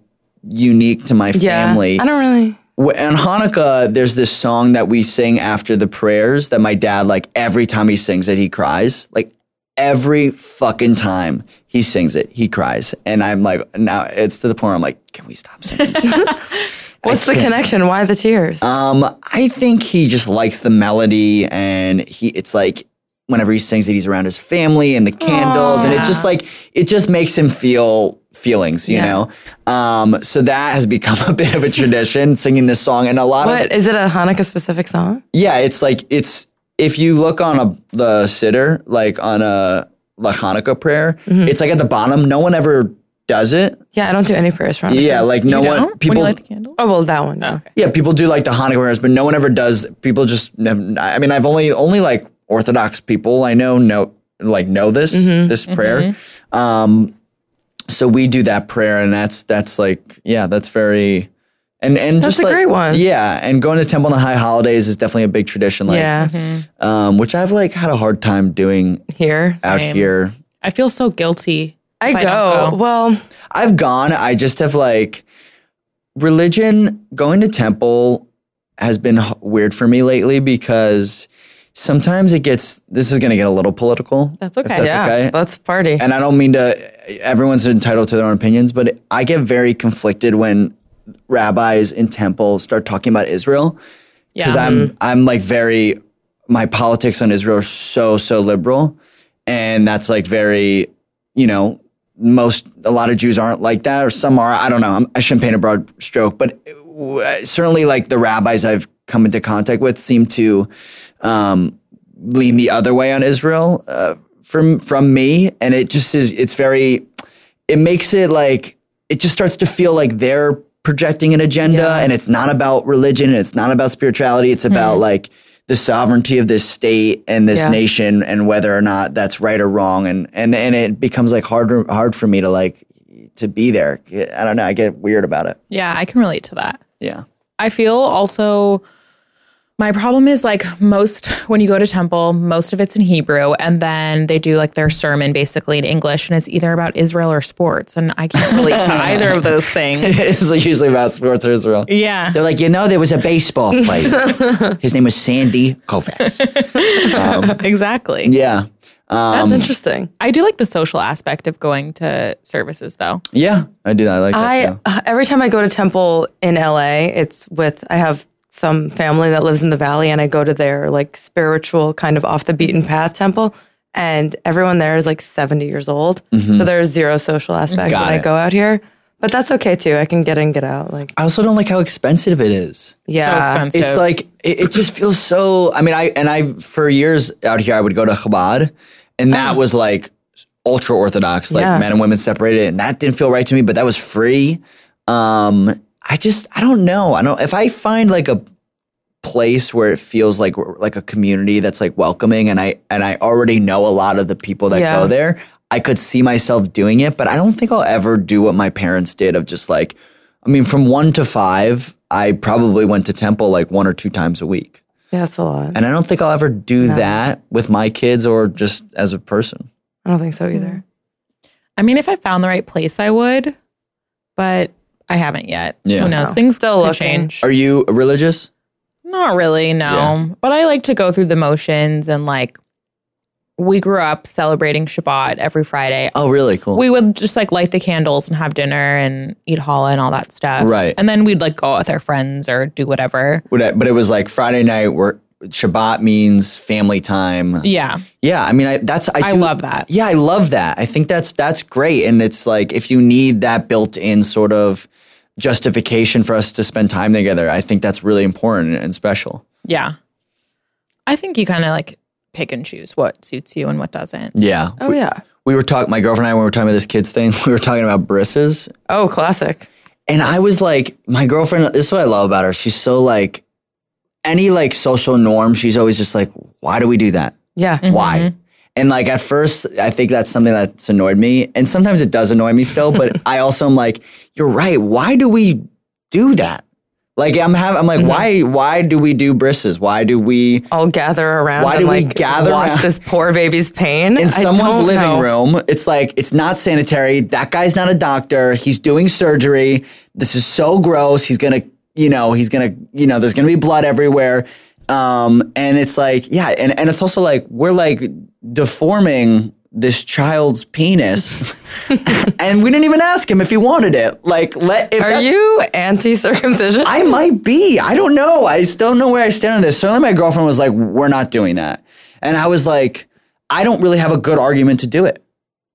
Speaker 4: unique to my
Speaker 1: Yeah.
Speaker 4: family.
Speaker 1: I don't really
Speaker 4: Wh- on Hanukkah, there's this song that we sing after the prayers that my dad, like, every time he sings it, he cries. Like, every fucking time he sings it, he cries. And I'm like, now it's to the point where I'm like, can we stop singing?
Speaker 1: What's the connection? Why the tears?
Speaker 4: um, I think he just likes the melody and he, it's like, whenever he sings it, he's around his family and the candles and it just like, it just makes him feel feelings, you
Speaker 1: Yeah.
Speaker 4: know? Um, so that has become a bit of a tradition, singing this song and a lot of
Speaker 1: what is it a Hanukkah specific song?
Speaker 4: yeah, it's like it's if you look on a the sitter like on a La Hanukkah prayer,
Speaker 2: Mm-hmm.
Speaker 4: it's like at the bottom. No one ever does it.
Speaker 1: Yeah, I don't do any prayers for Hanukkah.
Speaker 4: Yeah, like no
Speaker 2: You don't?
Speaker 4: one
Speaker 2: When you
Speaker 4: people.
Speaker 2: light the candle?
Speaker 1: Oh well that one. No.
Speaker 4: yeah, people do like the Hanukkah prayers, but no one ever does. People just. nev- I mean, I've only only like Orthodox people I know know like know this
Speaker 1: Mm-hmm.
Speaker 4: this prayer. Um, so we do that prayer, and that's that's like yeah, that's very. And, and
Speaker 1: That's
Speaker 4: just
Speaker 1: a
Speaker 4: like-
Speaker 1: great one.
Speaker 4: Yeah, and going to temple on the high holidays is definitely a big tradition. Like,
Speaker 1: yeah. Mm-hmm.
Speaker 4: um, which I've like had a hard time doing
Speaker 1: Here.
Speaker 4: out
Speaker 2: Same.
Speaker 4: here.
Speaker 2: I feel so guilty.
Speaker 1: I go.
Speaker 2: if don't
Speaker 1: Well,
Speaker 4: I've gone. I just have like religion. Going to temple has been h- weird for me lately because sometimes it gets. This is going to get a little political.
Speaker 2: That's
Speaker 4: if
Speaker 2: okay.
Speaker 4: that's
Speaker 1: yeah.
Speaker 4: okay.
Speaker 1: Let's party.
Speaker 4: and I don't mean to. Everyone's entitled to their own opinions, but I get very conflicted when rabbis in temple start talking about Israel. because
Speaker 2: Yeah.
Speaker 4: I'm I'm like very my politics on Israel are so so liberal, and that's like very you know most a lot of Jews aren't like that or some are I don't know I'm, I shouldn't paint a broad stroke, but uh, certainly like the rabbis I've come into contact with seem to um, lean the other way on Israel uh, from from me, and it just is it's very it makes it like it just starts to feel like they're projecting an agenda
Speaker 1: Yeah.
Speaker 4: and it's not about religion and it's not about spirituality it's about like the sovereignty of this state and this
Speaker 1: Hmm. Yeah.
Speaker 4: nation and whether or not that's right or wrong and and and it becomes like harder hard for me to like to be there i don't know i get weird about it
Speaker 2: yeah, I can relate to that.
Speaker 4: yeah
Speaker 2: I feel also my problem is like most when you go to temple, most of it's in Hebrew, and then they do like their sermon basically in English, and it's either about Israel or sports, and I can't relate to either of those things.
Speaker 4: it's usually about sports or israel
Speaker 2: Yeah,
Speaker 4: they're like you know there was a baseball player his name was sandy koufax
Speaker 2: exactly.
Speaker 4: Um, yeah
Speaker 1: That's
Speaker 4: um,
Speaker 1: interesting.
Speaker 2: I do like the social aspect of going to services, though.
Speaker 4: yeah i do that i like that
Speaker 1: I
Speaker 4: too.
Speaker 1: uh, every time I go to temple in LA, it's with I have some family that lives in the valley and I go to their like spiritual kind of off the beaten path temple and everyone there is like 70 years old. So there's zero social aspect
Speaker 4: Got
Speaker 1: when I
Speaker 4: it.
Speaker 1: go out here. But that's okay too. I can get in, get out. Like
Speaker 4: I also don't like how expensive it is
Speaker 1: yeah.
Speaker 2: expensive.
Speaker 4: It's
Speaker 2: So-
Speaker 4: like it, it just feels so. I mean, I and I for years out here, I would go to Chabad, and that was like ultra orthodox, like
Speaker 1: Ah. Yeah.
Speaker 4: men and women separated, and that didn't feel right to me. But that was free. Um, I just I don't know. I don't if I find like a place where it feels like like a community that's like welcoming, and I and I already know a lot of the people that
Speaker 1: Yeah.
Speaker 4: go there. I could see myself doing it, but I don't think I'll ever do what my parents did of just like I mean, from one to five, I probably went to temple like one or two times a week.
Speaker 1: Yeah, that's a lot.
Speaker 4: And I don't think I'll ever do that with my kids or just as a person.
Speaker 1: I don't think so either.
Speaker 2: I mean, if I found the right place, I would, but I haven't yet.
Speaker 4: Yeah.
Speaker 2: Who knows?
Speaker 1: No.
Speaker 2: Things still will
Speaker 1: Could
Speaker 2: change.
Speaker 4: Are you religious?
Speaker 2: Not really, no.
Speaker 4: Yeah.
Speaker 2: But I like to go through the motions and like we grew up celebrating Shabbat every Friday.
Speaker 4: Oh, really? Cool.
Speaker 2: We would just like light the candles and have dinner and eat challah and all that stuff.
Speaker 4: Right.
Speaker 2: And then we'd like go out with our friends or do whatever.
Speaker 4: Would I- but it was like Friday night where Shabbat means family time.
Speaker 2: Yeah.
Speaker 4: Yeah, I mean, I, that's I,
Speaker 2: I
Speaker 4: do-
Speaker 2: love that.
Speaker 4: Yeah, I love that. I think that's that's great, and it's like if you need that built-in sort of justification for us to spend time together, I think that's really important and special.
Speaker 2: Yeah. I think you kind of like pick and choose what suits you and what doesn't.
Speaker 4: Yeah,
Speaker 1: Oh yeah.
Speaker 4: we were talking. My girlfriend and I, when we were talking about this kids thing, we were talking about brisses,
Speaker 1: Oh, classic.
Speaker 4: and I was like, my girlfriend. This is what I love about her. She's so like any like social norm. She's always just like, why do we do that?
Speaker 1: Yeah.
Speaker 4: why and like at first i think that's something that's annoyed me and sometimes it does annoy me still but i also am like you're right why do we do that like i'm having i'm like why why do we do brisses why do we
Speaker 1: All gather around.
Speaker 4: Why
Speaker 1: and,
Speaker 4: do we
Speaker 1: like,
Speaker 4: gather
Speaker 1: Watch
Speaker 4: around-
Speaker 1: this poor baby's pain
Speaker 4: in
Speaker 1: I
Speaker 4: someone's
Speaker 1: don't
Speaker 4: living
Speaker 1: know.
Speaker 4: room it's like it's not sanitary that guy's not a doctor he's doing surgery this is so gross he's gonna you know he's gonna you know there's gonna be blood everywhere um and it's like yeah and, and it's also like we're like deforming this child's penis and we didn't even ask him if he wanted it like let if
Speaker 1: Are
Speaker 4: that's-
Speaker 1: you anti-circumcision?
Speaker 4: I might be. I don't know. I still don't know where I stand on this. Certainly, my girlfriend was like, "We're not doing that," and I was like, "I don't really have a good argument to do it.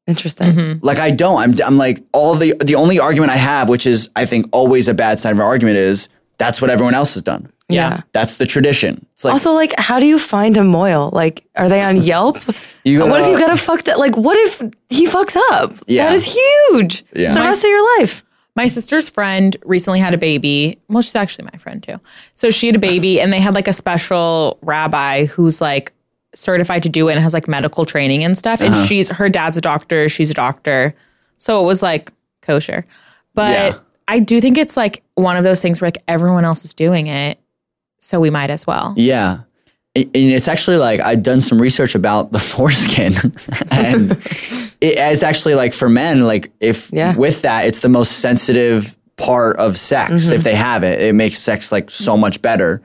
Speaker 1: Interesting.
Speaker 4: Like, I don't. I'm. I'm like all the the only argument I have, which is I think always a bad side of an argument, is that's what everyone else has done.
Speaker 1: Yeah.
Speaker 4: That's the tradition. It's like
Speaker 1: Also, like, how do you find a moil? Like, are they on Yelp?
Speaker 4: You
Speaker 1: what if
Speaker 4: gotta-
Speaker 1: you got a fucked up? Like, what if he fucks up?
Speaker 4: Yeah.
Speaker 1: That is huge
Speaker 4: Yeah.
Speaker 1: for the rest of your life.
Speaker 2: My sister's friend recently had a baby. Well, she's actually my friend too. So she had a baby, and they had like a special rabbi who's like certified to do it and has like medical training and stuff. And she's her dad's a doctor, she's a doctor. So it was like kosher. But
Speaker 4: Yeah.
Speaker 2: I do think it's like one of those things where like everyone else is doing it. So we might as well.
Speaker 4: Yeah. And and it's actually like I've done some research about the foreskin, and it is actually like for men, like if
Speaker 1: Yeah.
Speaker 4: with that, it's the most sensitive part of sex.
Speaker 1: Mm-hmm.
Speaker 4: If they have it, it makes sex like so much better.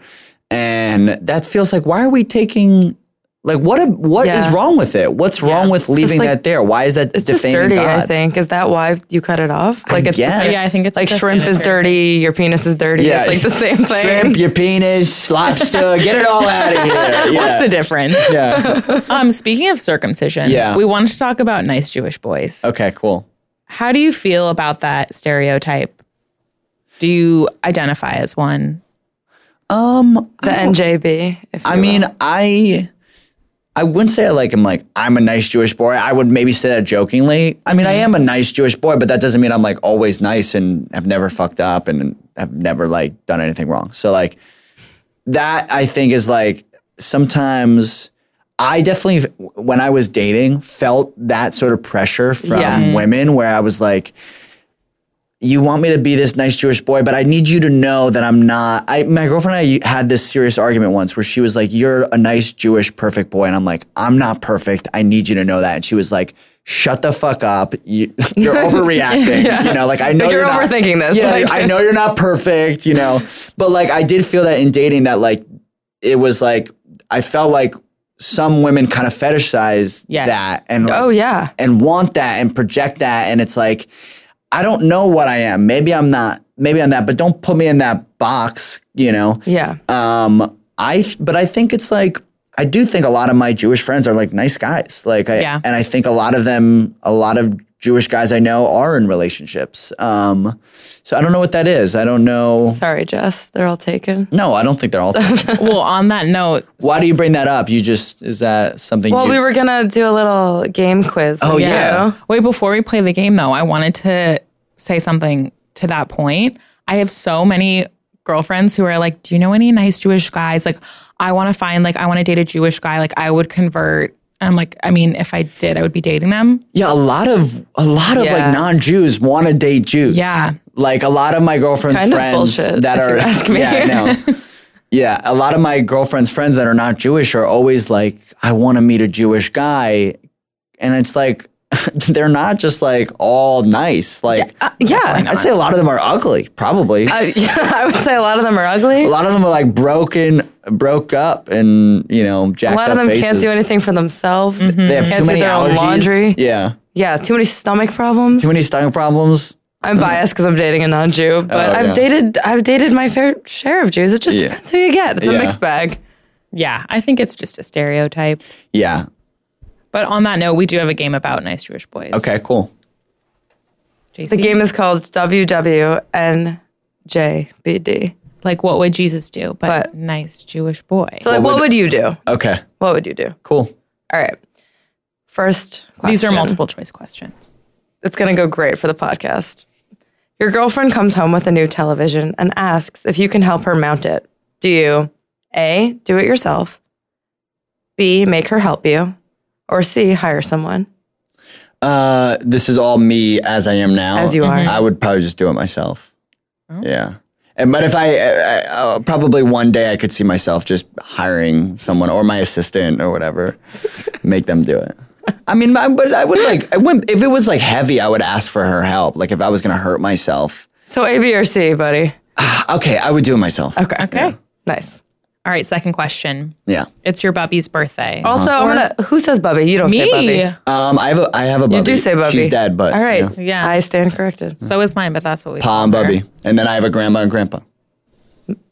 Speaker 4: And that feels like why are we taking like what a, what is
Speaker 1: Yeah.
Speaker 4: wrong with it? What's wrong with leaving
Speaker 1: like-
Speaker 4: that there? Why is that
Speaker 1: It's just
Speaker 4: defaming
Speaker 1: dirty.
Speaker 4: God?
Speaker 1: I think is that why you cut it off? Like, it's
Speaker 4: guess.
Speaker 1: Just,
Speaker 2: Yeah, I think it's
Speaker 1: like
Speaker 2: just
Speaker 1: shrimp is
Speaker 2: sanitary.
Speaker 1: dirty. Your penis is dirty.
Speaker 4: Yeah.
Speaker 1: It's like the same thing.
Speaker 4: Shrimp your penis, lobster, get it all out of here.
Speaker 2: What's
Speaker 4: Yeah.
Speaker 2: the difference?
Speaker 4: yeah.
Speaker 2: um, speaking of circumcision,
Speaker 4: Yeah.
Speaker 2: we wanted to talk about nice Jewish boys.
Speaker 4: Okay. Cool.
Speaker 2: How do you feel about that stereotype? Do you identify as one?
Speaker 4: Um,
Speaker 1: The NJB. If
Speaker 4: I
Speaker 1: you
Speaker 4: mean,
Speaker 1: will.
Speaker 4: I I wouldn't say I like him like I'm a nice Jewish boy. I would maybe say that jokingly. I mean, I am a nice Jewish boy, but that doesn't mean I'm like always nice and have never fucked up and have never like done anything wrong. So like that I think is like sometimes I definitely when I was dating felt that sort of pressure from
Speaker 1: Yeah.
Speaker 4: women where I was like you want me to be this nice Jewish boy, but I need you to know that I'm not. I, my girlfriend and I had this serious argument once where she was like, You're a nice Jewish, perfect boy. And I'm like, I'm not perfect. I need you to know that. And she was like, Shut the fuck up. You, you're overreacting. You know, like I know
Speaker 1: Like,
Speaker 4: you're,
Speaker 1: you're
Speaker 4: not-
Speaker 1: overthinking this.
Speaker 4: Yeah,
Speaker 1: Like-
Speaker 4: I know you're not perfect, you know. But like, I did feel that in dating that like it was like, I felt like some women kind of fetishize
Speaker 2: Yes.
Speaker 4: that. And like,
Speaker 1: oh yeah.
Speaker 4: and want that and project that. And it's like, I don't know what I am. Maybe I'm not, maybe I'm that, but don't put me in that box, you know?
Speaker 1: Yeah.
Speaker 4: Um, I, but I think it's like, I do think a lot of my Jewish friends are like nice guys. Like, I,
Speaker 2: Yeah.
Speaker 4: and I think a lot of them, a lot of Jewish guys I know are in relationships. Um, so I don't know what that is. I don't know.
Speaker 1: Sorry, Jess. They're all taken.
Speaker 4: No, I don't think they're all.
Speaker 2: well, on that note,
Speaker 4: Why do you bring that up? You just, is that something
Speaker 1: Well,
Speaker 4: you,
Speaker 1: we were gonna do a little game quiz.
Speaker 4: Oh, yeah.
Speaker 2: wait, before we play the game though, I wanted to say something to that point. I have so many girlfriends who are like, Do you know any nice Jewish guys? Like, I want to find, like, I want to date a Jewish guy. Like, I would convert. And I'm like, I mean, if I did, I would be dating them.
Speaker 4: yeah, a lot of, a lot of
Speaker 1: Yeah.
Speaker 4: like non-Jews want to date Jews.
Speaker 2: Yeah.
Speaker 4: like a lot of my girlfriend's
Speaker 1: kind of
Speaker 4: friends
Speaker 1: bullshit,
Speaker 4: that
Speaker 1: if
Speaker 4: are
Speaker 1: you ask me.
Speaker 4: yeah, I know. yeah, a lot of my girlfriend's friends that are not Jewish are always like, I want to meet a Jewish guy, and it's like they're not just like all nice. Like,
Speaker 1: Uh, yeah.
Speaker 4: I'd say a lot of them are ugly, probably.
Speaker 1: Uh, yeah, I would say a lot of them are ugly.
Speaker 4: a lot of them are like broken, broke up, and you know, jacked
Speaker 1: A lot of
Speaker 4: up
Speaker 1: them can't
Speaker 4: faces.
Speaker 1: do anything for themselves.
Speaker 2: Mm-hmm.
Speaker 4: They have
Speaker 1: Can't
Speaker 4: too
Speaker 1: do
Speaker 4: many
Speaker 1: their own
Speaker 4: allergies.
Speaker 1: laundry.
Speaker 4: Yeah,
Speaker 1: Yeah, too many stomach problems.
Speaker 4: too many stomach problems.
Speaker 1: I'm biased because I'm dating a non-Jew, but
Speaker 4: Oh,
Speaker 1: I've
Speaker 4: yeah.
Speaker 1: dated I've dated my fair share of Jews. It just
Speaker 4: Yeah.
Speaker 1: depends who you get. It's a
Speaker 4: Yeah.
Speaker 1: mixed bag.
Speaker 2: Yeah, I think it's just a stereotype.
Speaker 4: Yeah.
Speaker 2: But on that note, we do have a game about nice Jewish boys.
Speaker 4: Okay. Cool.
Speaker 1: The game is called WWNJBD.
Speaker 2: Like, what would Jesus do? But,
Speaker 1: But-
Speaker 2: nice Jewish boy.
Speaker 1: So, like, what,
Speaker 4: would-
Speaker 1: would you do?
Speaker 4: Okay.
Speaker 1: What would you do?
Speaker 4: Cool.
Speaker 1: All right. First, question.
Speaker 2: These are multiple choice questions.
Speaker 1: It's going to go great for the podcast. Your girlfriend comes home with a new television and asks if you can help her mount it. Do you A, do it yourself, B, make her help you, or C, hire someone?
Speaker 4: Uh, this is all me as I am now.
Speaker 1: As you are. Oh. Mhm.
Speaker 4: I would probably just do it myself. Yeah. And, but if I, I, I uh, probably one day I could see myself just hiring someone or my assistant or whatever, make them do it. I mean, I, but I would like, I wouldn't, if it was like heavy, I would ask for her help. Like if I was going to hurt myself,
Speaker 1: So A, B, or C, buddy.
Speaker 4: okay, I would do it myself.
Speaker 1: Okay.
Speaker 2: Okay.
Speaker 1: Nice.
Speaker 2: All right, second question.
Speaker 4: Yeah.
Speaker 2: It's your Bubby's birthday.
Speaker 1: Also, I'm gonna, who says Bubby? You don't say
Speaker 2: Me.
Speaker 1: Bubby.
Speaker 4: Um, I have a, I have a bubby.
Speaker 1: You do say Bubby.
Speaker 4: She's dead, but
Speaker 1: All right.
Speaker 4: yeah.
Speaker 2: Yeah.
Speaker 1: I stand corrected.
Speaker 2: So is mine, but that's what we
Speaker 4: Pa
Speaker 2: call
Speaker 4: and
Speaker 2: her.
Speaker 4: bubby. And then I have a grandma and grandpa.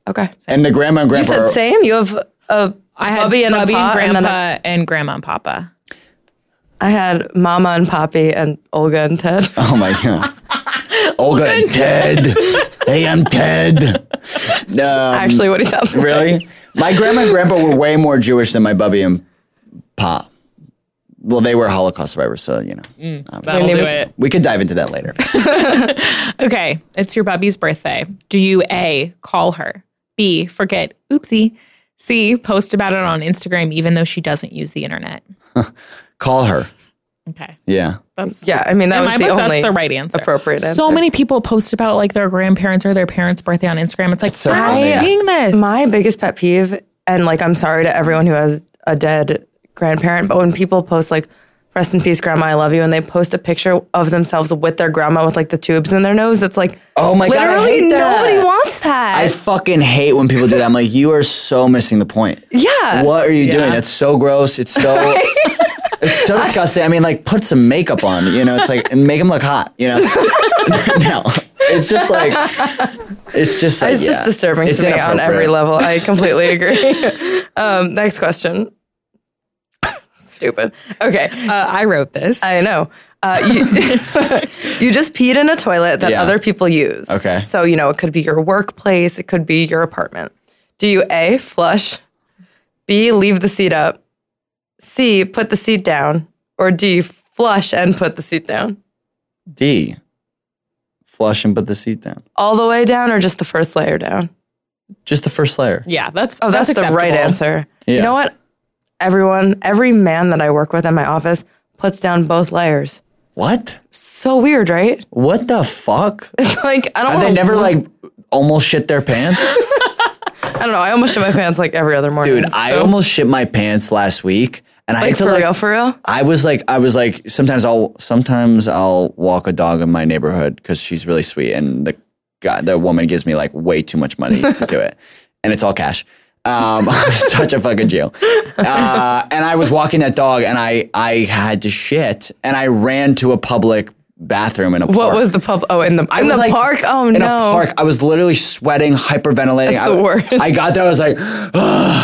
Speaker 1: Okay.
Speaker 4: And the grandma and
Speaker 1: You
Speaker 4: grandpa.
Speaker 1: said
Speaker 4: are-
Speaker 1: same? You have a
Speaker 2: I had
Speaker 1: Bubby and a
Speaker 2: Bubby
Speaker 1: Pa, and
Speaker 2: grandpa
Speaker 1: then
Speaker 2: and,
Speaker 1: a-
Speaker 2: grandma and papa.
Speaker 1: I had Mama and Poppy and Olga and Ted.
Speaker 4: Oh my god. Olga and Ted. hey, I'm Ted. Um,
Speaker 1: Actually, what he sounds like.
Speaker 4: really? My grandma and grandpa were way more Jewish than my bubby and pa. Well, they were Holocaust survivors, so you know.
Speaker 1: Mm.
Speaker 2: That'll
Speaker 1: name
Speaker 2: do
Speaker 1: it-
Speaker 2: it.
Speaker 4: We could dive into that later.
Speaker 2: Okay. It's your Bubby's birthday. Do you A, call her? B, forget, oopsie. C, post about it on Instagram, even though she doesn't use the internet.
Speaker 4: Call her.
Speaker 2: Okay.
Speaker 4: Yeah.
Speaker 2: That's
Speaker 1: Yeah, I mean, that
Speaker 2: In
Speaker 1: was
Speaker 2: my
Speaker 1: the
Speaker 2: book,
Speaker 1: only
Speaker 2: that's the right answer.
Speaker 1: appropriate answer.
Speaker 2: So many people post about like their grandparents or their parents' birthday on Instagram. It's like
Speaker 4: so
Speaker 2: stop
Speaker 4: funny.
Speaker 2: seeing this.
Speaker 1: My biggest pet peeve, and like, I'm sorry to everyone who has a dead grandparent, but when people post, like, rest in peace, grandma, I love you, and they post a picture of themselves with their grandma with like the tubes in their nose, it's like,
Speaker 4: Oh my god. I
Speaker 1: literally
Speaker 4: hate that.
Speaker 1: nobody wants
Speaker 4: I
Speaker 1: that.
Speaker 4: fucking hate when people do that. I'm like, you are so missing the point.
Speaker 1: Uh, yeah.
Speaker 4: What are you doing?
Speaker 2: Yeah.
Speaker 4: That's so gross. It's so it's so disgusting. I mean, like put some makeup on. You know, it's like and make them look hot. You know, no, it's just like it's just like,
Speaker 1: It's
Speaker 4: yeah.
Speaker 1: just disturbing
Speaker 4: It's
Speaker 1: to me on every
Speaker 4: inappropriate.
Speaker 1: level. I completely agree. um, next question. Stupid. Okay.
Speaker 2: Uh, I wrote this.
Speaker 1: I know. Uh, you, you just peed in a toilet that
Speaker 4: Yeah.
Speaker 1: other people use.
Speaker 4: Okay.
Speaker 1: So, you know, it could be your workplace, it could be your apartment. Do you A, flush, B, leave the seat up, C, put the seat down, or D, flush and put the seat down?
Speaker 4: D, flush and put the seat down.
Speaker 1: All the way down or just the first layer down?
Speaker 4: Just the first layer.
Speaker 2: yeah, that's
Speaker 1: Oh, that's, the right
Speaker 2: acceptable.
Speaker 1: answer. You
Speaker 4: Yeah.
Speaker 1: know what? Everyone, every man that I work with in my office puts down both layers.
Speaker 4: What?
Speaker 1: So weird, right?
Speaker 4: What the fuck?
Speaker 1: like I don't.
Speaker 4: Are
Speaker 1: wanna
Speaker 4: they never
Speaker 1: look-
Speaker 4: like almost shit their pants?
Speaker 1: I don't know. I almost shit my pants like every other morning.
Speaker 4: Dude, I almost shit my pants last week, and I
Speaker 1: like
Speaker 4: had to
Speaker 1: for
Speaker 4: like
Speaker 1: real, for real.
Speaker 4: I was like, I was like, sometimes I'll, sometimes I'll walk a dog in my neighborhood because she's really sweet, and the guy, the woman gives me like way too much money to do it, and it's all cash. Um, I'm such a fucking Jew. Uh, and I was walking that dog, and I, I had to shit, and I ran to a public bathroom in a
Speaker 1: What
Speaker 4: park.
Speaker 1: was the pub? Oh, in the
Speaker 4: I
Speaker 1: in
Speaker 4: was,
Speaker 1: the
Speaker 4: like,
Speaker 1: park. Oh
Speaker 4: in
Speaker 1: no.
Speaker 4: a park. I was literally sweating, hyperventilating.
Speaker 1: That's
Speaker 4: I,
Speaker 1: the worst.
Speaker 4: I got there. I was like,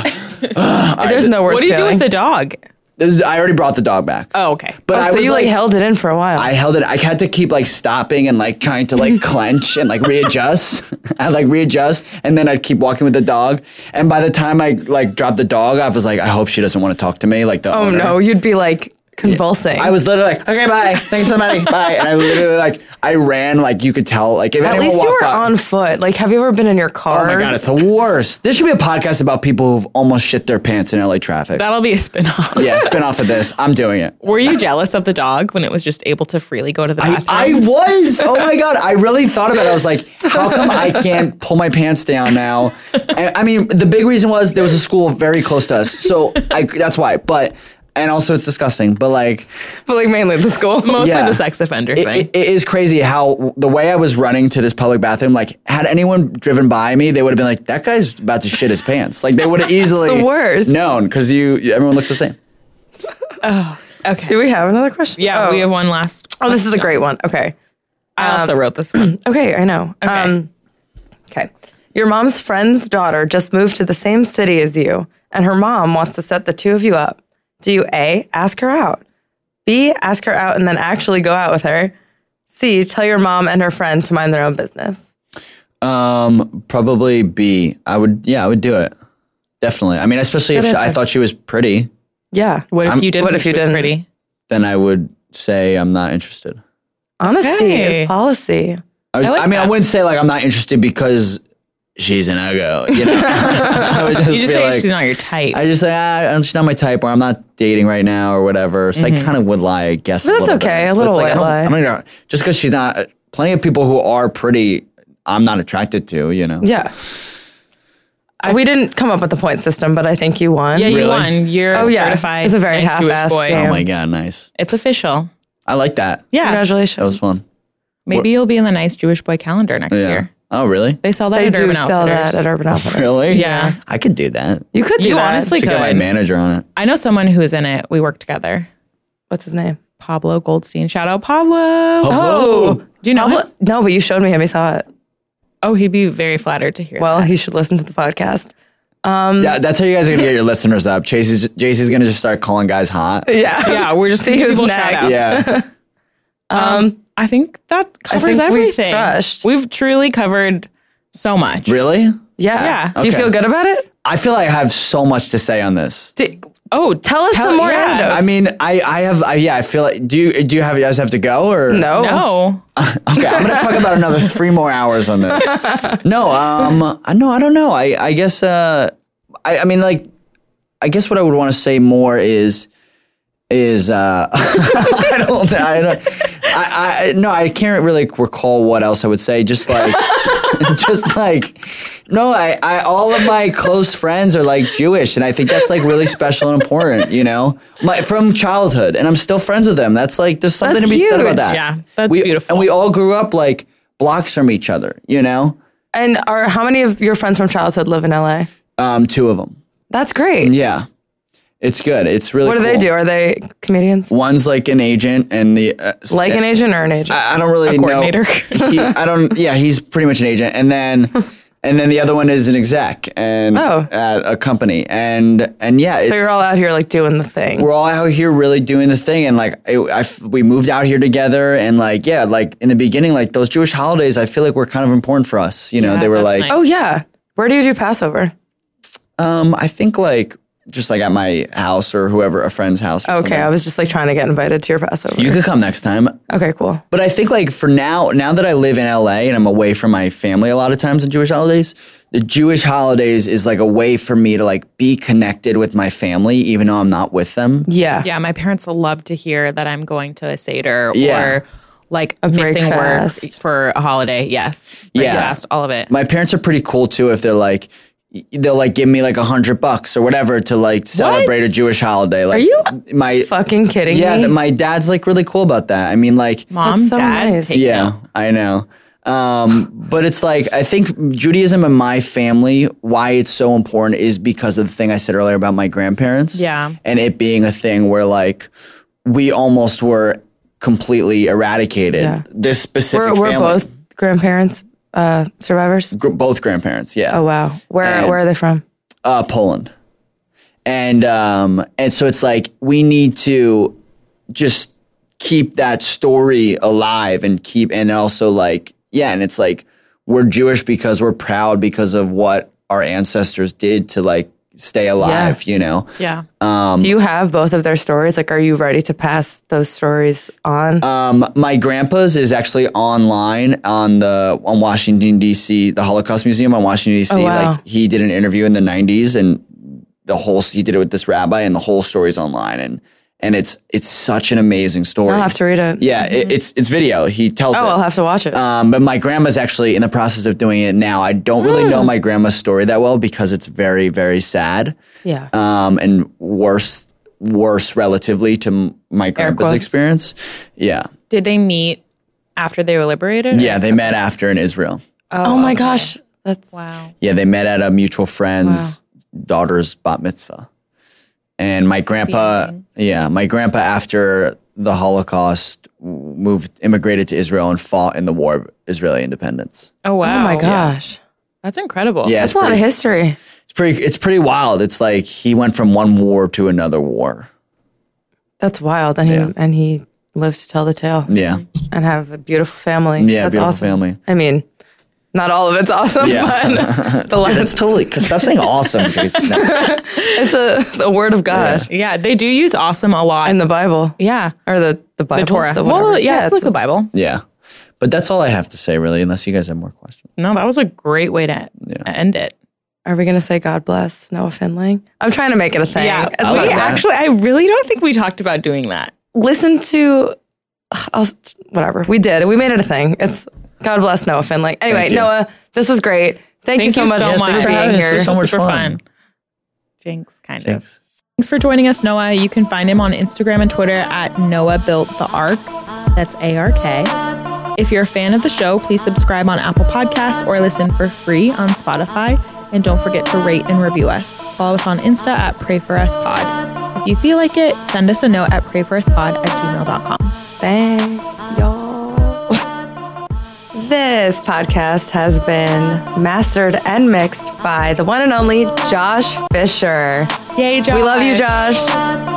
Speaker 1: There's no worse.
Speaker 2: What do you do
Speaker 1: feeling.
Speaker 2: with the dog?
Speaker 4: this is- I already brought the dog back.
Speaker 2: Oh, okay.
Speaker 4: But
Speaker 1: Oh,
Speaker 4: I
Speaker 1: so
Speaker 4: was
Speaker 1: you like, held it in for a while.
Speaker 4: I held it. I had to keep like stopping and like trying to like clench and like readjust. I like readjust, and then I'd keep walking with the dog. And by the time I like dropped the dog, I was like, I hope she doesn't want to talk to me. Like the
Speaker 1: oh
Speaker 4: owner.
Speaker 1: no, you'd be like convulsing.
Speaker 4: I was literally like, okay, bye. Thanks for the money. Bye. And I literally like, I ran like you could tell. Like if
Speaker 1: At
Speaker 4: anyone
Speaker 1: least you
Speaker 4: walked
Speaker 1: were
Speaker 4: up-
Speaker 1: on foot. Like, have you ever been in your
Speaker 4: Oh
Speaker 1: car?
Speaker 4: my god, it's the worst. There should be a podcast about people who've almost shit their pants in LA traffic.
Speaker 2: That'll be a spinoff.
Speaker 4: yeah, spin off of this. I'm doing it.
Speaker 2: Were you jealous of the dog when it was just able to freely go to the
Speaker 4: I,
Speaker 2: bathroom?
Speaker 4: I was. Oh my god, I really thought about it. I was like, how come I can't pull my pants down now? And, I mean, the big reason was there was a school very close to us, so I, that's why. But and also it's disgusting. But like,
Speaker 1: but like mainly the school.
Speaker 2: Mostly
Speaker 4: yeah.
Speaker 2: the sex offender
Speaker 4: it-
Speaker 2: thing.
Speaker 4: it- it is crazy how the way I was running to this public bathroom. Like, had anyone driven by me, they would have been like, that guy's about to shit his pants. Like, they would have easily
Speaker 1: the worst.
Speaker 4: known because you everyone looks the same.
Speaker 2: okay.
Speaker 1: Do we have another question?
Speaker 2: Yeah,
Speaker 1: Oh.
Speaker 2: we have one last. Um,
Speaker 1: Oh, this is a great one. Okay.
Speaker 2: I also wrote this one.
Speaker 1: Okay, I know. Okay. okay. Your mom's friend's daughter just moved to the same city as you, and her mom wants to set the two of you up. Do you A, ask her out? B, ask her out and then actually go out with her? C, tell your mom and her friend to mind their own business?
Speaker 4: Um, probably B. I would. Yeah, I would do it. Definitely. I mean, especially if
Speaker 1: Good
Speaker 4: she, I
Speaker 1: answer.
Speaker 4: thought she was pretty,
Speaker 1: Yeah.
Speaker 2: What if
Speaker 4: I'm-
Speaker 2: you did?
Speaker 1: what
Speaker 2: think
Speaker 1: if you
Speaker 2: she was
Speaker 1: didn't?
Speaker 2: Pretty.
Speaker 4: then I would say I'm not interested.
Speaker 1: Honesty
Speaker 2: Okay.
Speaker 1: is policy.
Speaker 4: I, would-
Speaker 2: like
Speaker 4: I mean, I
Speaker 2: that.
Speaker 4: wouldn't say like I'm not interested because she's an uggo. You know, I would just,
Speaker 2: You just
Speaker 4: be
Speaker 2: say
Speaker 4: like,
Speaker 2: she's not your type.
Speaker 4: I just say ah, she's not my type, or I'm not dating right now, or whatever. So
Speaker 2: Mm-hmm.
Speaker 4: I kind of would lie, I guess.
Speaker 1: But
Speaker 4: a
Speaker 1: that's
Speaker 4: little
Speaker 1: okay,
Speaker 4: bit.
Speaker 1: a
Speaker 4: But
Speaker 1: little
Speaker 4: it's
Speaker 1: white
Speaker 4: I don't-
Speaker 1: lie.
Speaker 4: I mean, uh, just because she's not. Plenty of people who are pretty, I'm not attracted to. You know.
Speaker 1: Yeah. we didn't come up with the point system, but I think you won.
Speaker 2: yeah, you
Speaker 4: Really?
Speaker 2: won. You're
Speaker 1: Oh, yeah.
Speaker 2: certified.
Speaker 1: It's a very
Speaker 2: nice Jewish
Speaker 1: half-assed
Speaker 2: boy.
Speaker 1: game.
Speaker 4: Oh my god, nice.
Speaker 2: It's official.
Speaker 4: I like that.
Speaker 2: Yeah,
Speaker 1: Congratulations.
Speaker 4: That was fun.
Speaker 2: maybe you'll be in the nice Jewish boy calendar next year.
Speaker 4: Oh, really?
Speaker 2: They sell that
Speaker 1: They
Speaker 2: at
Speaker 1: do
Speaker 2: Urban
Speaker 1: sell
Speaker 2: Outfitters.
Speaker 1: that at Urban Outfitters.
Speaker 4: Really?
Speaker 2: Yeah.
Speaker 4: I could do that.
Speaker 1: You could do
Speaker 2: You
Speaker 1: that.
Speaker 2: honestly
Speaker 4: Should get my
Speaker 2: could.
Speaker 4: manager on it.
Speaker 2: I know someone who is in it. We work together.
Speaker 1: What's his name?
Speaker 2: Pablo Goldstein. Shout out Pablo.
Speaker 4: Pablo.
Speaker 2: Do you know him?
Speaker 1: No, but you showed me him. He saw it.
Speaker 2: Oh, he'd be very flattered to hear.
Speaker 1: Well, he should listen to the podcast.
Speaker 4: Yeah, that's how you guys are gonna get your listeners up. Chase is Chase is gonna just start calling guys hot.
Speaker 1: Yeah.
Speaker 2: that. yeah, we're just
Speaker 1: See who's
Speaker 2: giving people
Speaker 1: next.
Speaker 2: shout outs.
Speaker 4: Yeah,
Speaker 1: Um,
Speaker 2: I think that covers
Speaker 1: think we've
Speaker 2: everything.
Speaker 1: crushed.
Speaker 2: We've truly covered so much.
Speaker 4: really?
Speaker 1: Yeah.
Speaker 2: Yeah.
Speaker 1: Do you
Speaker 4: Okay.
Speaker 1: feel good about it?
Speaker 4: I feel like I have so much to say on this.
Speaker 1: Do-
Speaker 2: Oh, tell
Speaker 1: us some more
Speaker 2: yeah.
Speaker 1: anecdotes.
Speaker 4: I mean, I I have I, yeah. I feel like do you do you have you guys have to go or
Speaker 2: Oh.
Speaker 1: no.
Speaker 2: No.
Speaker 4: Okay, I'm gonna talk about another three more hours on this. No, um, I- no, I don't know. I I guess uh, I I mean like, I guess what I would want to say more is is uh, I don't I don't I, I no I can't really recall what else I would say. Just like just like no I, I all of my close friends are like jewish and i think that's like really special and important you know my, from childhood and i'm still friends with them that's like there's something
Speaker 1: That's
Speaker 4: to be said
Speaker 1: huge.
Speaker 4: about that
Speaker 2: Yeah, that's
Speaker 4: we,
Speaker 2: beautiful.
Speaker 4: and we all grew up like blocks from each other you know
Speaker 1: And are how many of your friends from childhood live in LA?
Speaker 4: um two of them
Speaker 1: That's great.
Speaker 4: yeah it's good it's really
Speaker 1: what do they
Speaker 4: cool.
Speaker 1: do? Are they comedians?
Speaker 4: one's like an agent and the uh,
Speaker 1: Like an agent or an agent?
Speaker 4: I I don't really
Speaker 2: coordinator.
Speaker 4: know. He, I don't. Yeah, he's pretty much an agent, and then and then the other one is an exec and
Speaker 1: Oh.
Speaker 4: at a company, and and yeah, it's,
Speaker 1: so you're all out here like doing the thing.
Speaker 4: we're all out here really doing the thing, and like it, I f- we moved out here together, and like yeah, like in the beginning, like those Jewish holidays, I feel like were kind of important for us. You know,
Speaker 2: Yeah,
Speaker 4: they were
Speaker 2: that's
Speaker 4: like,
Speaker 2: nice.
Speaker 1: oh yeah. Where do you do Passover?
Speaker 4: um, I think like just like at my house or whoever a friend's house. Or
Speaker 1: Okay,
Speaker 4: something.
Speaker 1: I was just like trying to get invited to your Passover.
Speaker 4: you could come next time.
Speaker 1: okay, cool.
Speaker 4: But I think like for now, now that I live in LA and I'm away from my family a lot of times on Jewish holidays, the Jewish holidays is like a way for me to like be connected with my family, even though I'm not with them.
Speaker 1: Yeah.
Speaker 2: Yeah, my parents love to hear that I'm going to a Seder
Speaker 4: Yeah.
Speaker 2: or like
Speaker 1: break
Speaker 2: missing work
Speaker 1: fast.
Speaker 2: for a holiday. Yes. Break
Speaker 4: Yeah.
Speaker 2: fast, all of it.
Speaker 4: My parents are pretty cool too. If they're like, they'll like give me like a hundred bucks or whatever to like celebrate a Jewish holiday. Like, are
Speaker 1: you
Speaker 4: my
Speaker 1: Fucking kidding
Speaker 4: yeah?
Speaker 1: me.
Speaker 4: th- My dad's like really cool about that. I mean, like
Speaker 2: Mom,
Speaker 1: That's so
Speaker 2: dad,
Speaker 1: nice.
Speaker 2: take
Speaker 4: yeah,
Speaker 2: note.
Speaker 4: I know. Um, but it's like I think Judaism in my family, why it's so important is because of the thing I said earlier about my grandparents.
Speaker 2: Yeah.
Speaker 4: And it being a thing where like we almost were completely eradicated.
Speaker 1: Yeah.
Speaker 4: This specific
Speaker 1: we're we're
Speaker 4: family.
Speaker 1: both grandparents, uh, survivors.
Speaker 4: gr- both grandparents, yeah.
Speaker 1: Oh wow. Where
Speaker 4: And-
Speaker 1: where are they from?
Speaker 4: uh, Poland, and um, and so it's like we need to just keep that story alive and keep and also like yeah, and it's like we're Jewish because we're proud because of what our ancestors did to like stay alive, you know?
Speaker 2: Yeah.
Speaker 4: Um,
Speaker 1: Do you have both of their stories? Like, are you ready to pass those stories on?
Speaker 4: Um, my grandpa's is actually online on the on Washington D.C. the Holocaust Museum on Washington D.C.
Speaker 1: Oh, wow.
Speaker 4: Like he did an interview in the '90s, and the whole he did it with this rabbi, and the whole story's online, and and it's it's such an amazing story.
Speaker 1: I'll have to read it.
Speaker 4: yeah, it, it's it's video. He tells.
Speaker 1: Oh,
Speaker 4: it.
Speaker 1: I'll have to watch it.
Speaker 4: Um, but my grandma's actually in the process of doing it now. I don't really
Speaker 1: Hmm.
Speaker 4: know my grandma's story that well because it's very very sad
Speaker 1: yeah.
Speaker 4: um, and worse worse relatively to m- my grandpa's
Speaker 1: quotes.
Speaker 4: experience. Yeah.
Speaker 2: Did they meet after they were liberated?
Speaker 4: Yeah, they met after in Israel.
Speaker 1: oh, my gosh. That's
Speaker 2: Wow.
Speaker 4: Yeah, they met at a mutual friend's daughter's bat mitzvah. And my grandpa, yeah, my grandpa after the Holocaust w- moved immigrated to Israel and fought in the war of Israeli independence.
Speaker 2: Oh wow.
Speaker 1: Oh my gosh.
Speaker 2: That's incredible.
Speaker 4: Yeah,
Speaker 1: That's
Speaker 4: it's
Speaker 1: a lot of
Speaker 4: pretty,
Speaker 1: history.
Speaker 4: it's pretty it's pretty wild. It's like he went from one war to another war.
Speaker 1: That's wild. And
Speaker 4: Yeah.
Speaker 1: he and he lives to tell the tale
Speaker 4: Yeah.
Speaker 1: and have a beautiful family.
Speaker 4: Yeah,
Speaker 1: That's
Speaker 4: beautiful
Speaker 1: awesome.
Speaker 4: family.
Speaker 1: I mean, not all of it's awesome,
Speaker 4: Yeah.
Speaker 1: but the
Speaker 4: Dude,
Speaker 1: last,
Speaker 4: that's totally cuz stop saying awesome, Jason. No.
Speaker 1: it's a the word of God
Speaker 2: Yeah, they do use awesome a lot.
Speaker 1: in the Bible
Speaker 2: yeah.
Speaker 1: or the the Bible,
Speaker 2: The Torah.
Speaker 1: whatever.
Speaker 2: well, yeah, it's like
Speaker 1: it's-
Speaker 2: the Bible.
Speaker 4: Yeah. But that's all I have to say really unless you guys have more questions.
Speaker 2: No, that was a great way to end it.
Speaker 1: are we gonna say God bless Noah Finley? I'm trying to make it a thing.
Speaker 2: Yeah,
Speaker 1: It's
Speaker 4: like
Speaker 2: we
Speaker 4: that.
Speaker 2: actually, I really don't think we talked about doing that.
Speaker 1: listen to ugh, I'll, whatever we did. We made it a thing. It's God bless Noah Finley. Anyway,
Speaker 4: Thank you.
Speaker 1: Noah, this was great. Thank, you so much
Speaker 4: Yeah, thanks
Speaker 1: for
Speaker 4: for having
Speaker 1: being
Speaker 4: us. This
Speaker 1: here.
Speaker 4: was so much
Speaker 2: Super
Speaker 4: fun.
Speaker 2: Jinx, kind of.
Speaker 4: Thanks.
Speaker 2: Thanks for joining us, Noah. You can find him on Instagram and Twitter at Noah Built the Ark. That's A R K. If you're a fan of the show, please subscribe on Apple Podcasts or listen for free on Spotify. And don't forget to rate and review us. Follow us on Insta at Pray For Us Pod. If you feel like it, send us a note at prayforuspod at gmail.com.
Speaker 1: Thanks, y'all. This podcast has been mastered and mixed by the one and only Josh Fisher.
Speaker 2: Yay, Josh.
Speaker 1: We love you, Josh.